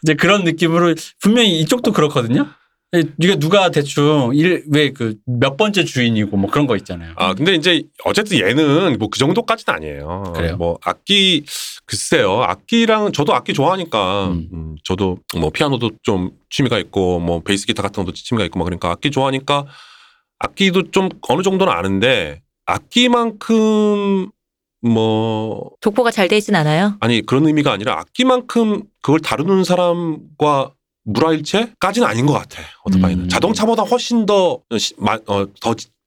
이제 그런 느낌으로 분명히 이쪽도 그렇거든요. 이게 누가 대충 일 왜 그 몇 번째 주인이고 뭐 그런 거 있잖아요. 아 근데 이제 어쨌든 얘는 뭐 그 정도까지는 아니에요. 그래요? 뭐 악기 글쎄요. 악기랑 저도 악기 좋아하니까 음. 음, 저도 뭐 피아노도 좀 취미가 있고 뭐 베이스 기타 같은 것도 취미가 있고 막 그러니까 악기 좋아하니까 악기도 좀 어느 정도는 아는데 악기만큼 뭐 족보가 잘 되진 않아요. 아니 그런 의미가 아니라 악기만큼 그걸 다루는 사람과 무라일체까지는 아닌 것 같아 오토바이는 음. 자동차보다 훨씬 더더 어,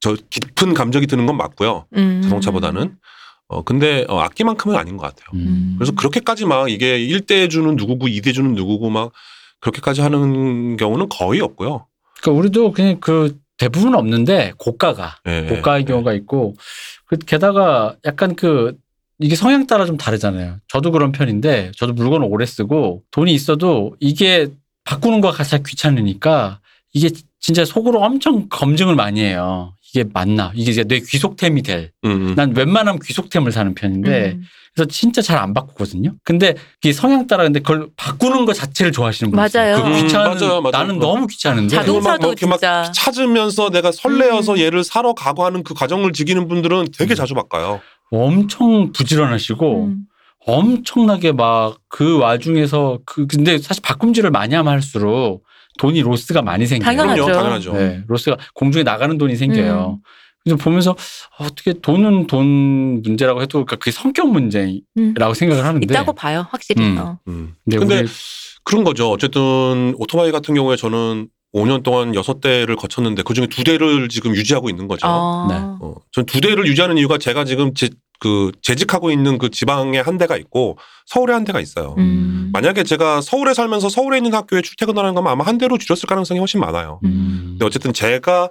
저 깊은 감정이 드는 건 맞고요 음. 자동차보다는 어 근데 어, 악기만큼은 아닌 것 같아요 음. 그래서 그렇게까지 막 이게 1대 주는 누구고 2대 주는 누구고 막 그렇게까지 하는 경우는 거의 없고요 그러니까 우리도 그냥 그 대부분 없는데 고가가 예, 고가의 예. 경우가 있고 그 게다가 약간 그 이게 성향 따라 좀 다르잖아요. 저도 그런 편인데 저도 물건을 오래 쓰고 돈이 있어도 이게 바꾸는 거 가장 귀찮으니까 이게 진짜 속으로 엄청 검증을 많이 해요. 이게 맞나? 이게 이제 내 귀속템이 될. 음, 음. 난 웬만하면 귀속템을 사는 편인데 음. 그래서 진짜 잘 안 바꾸거든요. 근데 이게 성향 따라 근데 그걸 바꾸는 거 자체를 좋아하시는 분이 있어요. 맞아요. 그 음, 귀찮은 맞아요, 맞아요. 나는 너무 귀찮은데 자동- 막뭐 자동차도 이렇게 막 진짜 찾으면서 내가 설레어서 음. 얘를 사러 가고 하는 그 과정을 즐기는 분들은 되게 음. 자주 바꿔요 엄청 부지런하시고 음. 엄청나게 막 그 와중에서 그 근데 사실 바꿈질을 많이 하면 할수록 돈이 로스가 많이 생겨요. 당연하죠. 그럼요 당연하죠 네, 로스가 공중에 나가는 돈이 생겨요. 음. 그래서 보면서 어떻게 돈은 돈 문제라고 해도 그러니까 그게 성격 문제라고 음. 생각을 하는데 있다고 봐요, 확실히. 음. 어. 음. 근데, 근데 우리 그런 거죠. 어쨌든 오토바이 같은 경우에 저는 5년 동안 6대를 거쳤는데 그중에 2대를 지금 유지하고 있는 거죠. 어. 네. 어, 전 2대를 유지하는 이유가 제가 지금 제, 그 재직하고 있는 그 지방에 한 대가 있고 서울에 한 대가 있어요. 음. 만약에 제가 서울에 살면서 서울에 있는 학교에 출퇴근하는 거면 아마 한 대로 줄였을 가능성이 훨씬 많아요. 음. 근데 어쨌든 제가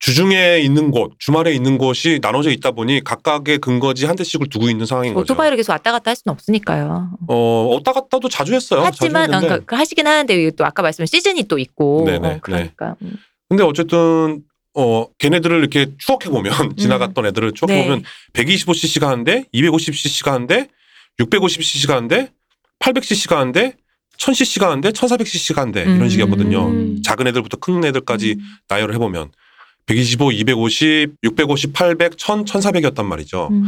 주중에 있는 곳, 주말에 있는 곳이 나눠져 있다 보니 각각의 근거지 한 대씩을 두고 있는 상황인 거죠. 오토바이로 계속 왔다 갔다 할 수는 없으니까요. 어, 왔다 갔다도 자주 했어요. 자주 하지만 어, 했는데. 그러니까 하시긴 하는데 이게 또 아까 말씀하신 시즌이 또 있고 네네, 어, 그러니까 음. 근데 어쨌든 어 걔네들을 이렇게 추억해 보면 지나갔던 애들을 네. 추억해 보면 125cc가 한데 250cc가 한데 650cc가 한데 800cc가 한데 1000cc가 한데 1400cc가 한데 이런 음. 식이거든요. 음. 작은 애들부터 큰 애들까지 나열을 해보면 125, 250, 650, 800, 1000, 1400이었단 말이죠. 음.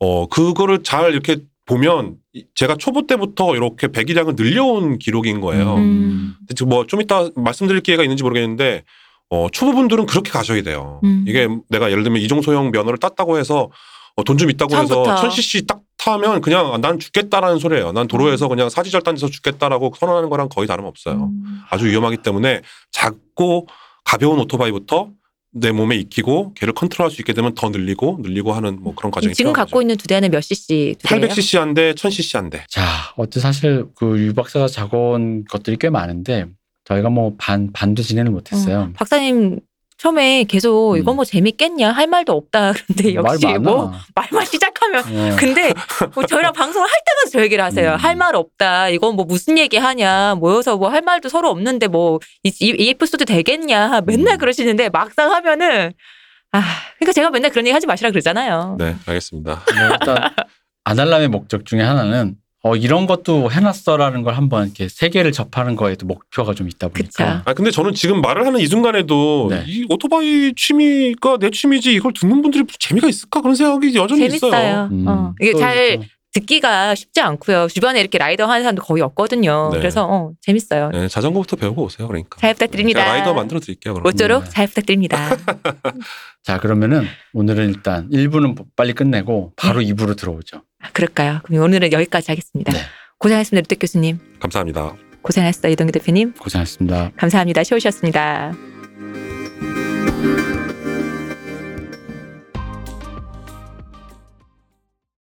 어, 그거를 잘 이렇게 보면 이- 제가 초보 때부터 이렇게 배기량을 늘려온 기록인 거예요. 음. 뭐좀 이따 말씀드릴 기회가 있는지 모르겠는데 어, 초보분들은 그렇게 가셔야 돼요. 음. 이게 내가 예를 들면 이종소형 면허를 땄다고 해서 어, 돈 좀 있다고 처음부터. 해서 1000cc 딱 타면 그냥 아, 난 죽겠다라는 소리예요. 난 도로에서 그냥 사지절단해서 죽겠다라고 선언하는 거랑 거의 다름없어요. 음. 아주 위험하기 때문에 작고 가벼운 오토바이부터 내 몸에 익히고 걔를 컨트롤할 수 있게 되면 더 늘리고 늘리고 하는 뭐 그런 과정이 지금 갖고 있는 두 대는 몇 cc? 두 대예요? 800cc 한대 1000cc 한대 자, 어쨌든 사실 그 유박사가 작온 것들이 꽤 많은데 저희가 뭐 반 반도 진행을 음. 못했어요. 박사님 처음에 계속 음. 이거 뭐 재밌겠냐 할 말도 없다 그런데 역시 말 많아. 뭐 말만 시작하면 예. 근데 뭐 저희랑 방송을 할 때마다 저 얘기를 하세요. 음. 할 말 없다. 이건 뭐 무슨 얘기 하냐. 모여서 뭐 할 말도 서로 없는데 뭐 이 에피소드 되겠냐. 맨날 음. 그러시는데 막상 하면은 아 그러니까 제가 맨날 그런 얘기 하지 마시라 그러잖아요. 네 알겠습니다 뭐 일단 아날람의 목적 중에 하나는 어 이런 것도 해놨어라는 걸 한번 이렇게 세계를 접하는 거에도 목표가 좀 있다 보니까 아 근데 저는 지금 말을 하는 이 순간에도 네. 이 오토바이 취미가 내 취미지 이걸 듣는 분들이 무슨 재미가 있을까 그런 생각이 여전히 네. 있어요 재밌어요. 어. 이게 음. 또 잘 이제 또 듣기가 쉽지 않고요. 주변에 이렇게 라이더 하는 사람도 거의 없거든요. 네. 그래서 어, 재밌어요. 네, 자전거부터 배우고 오세요 그러니까 잘 부탁드립니다. 제가 라이더 만들어 드릴게요 그럼 모쪼록 네. 잘 부탁드립니다. 자 그러면은 오늘은 일단 1부는 뭐 빨리 끝내고 바로 네. 2부로 들어오죠. 아, 그럴까요? 그럼 오늘은 여기까지 하겠습니다. 네. 고생하셨습니다. 루택 교수님. 감사합니다 고생하셨어요. 이동규 대표님. 고생하셨습니다. 감사합니다. 쉬우셨습니다.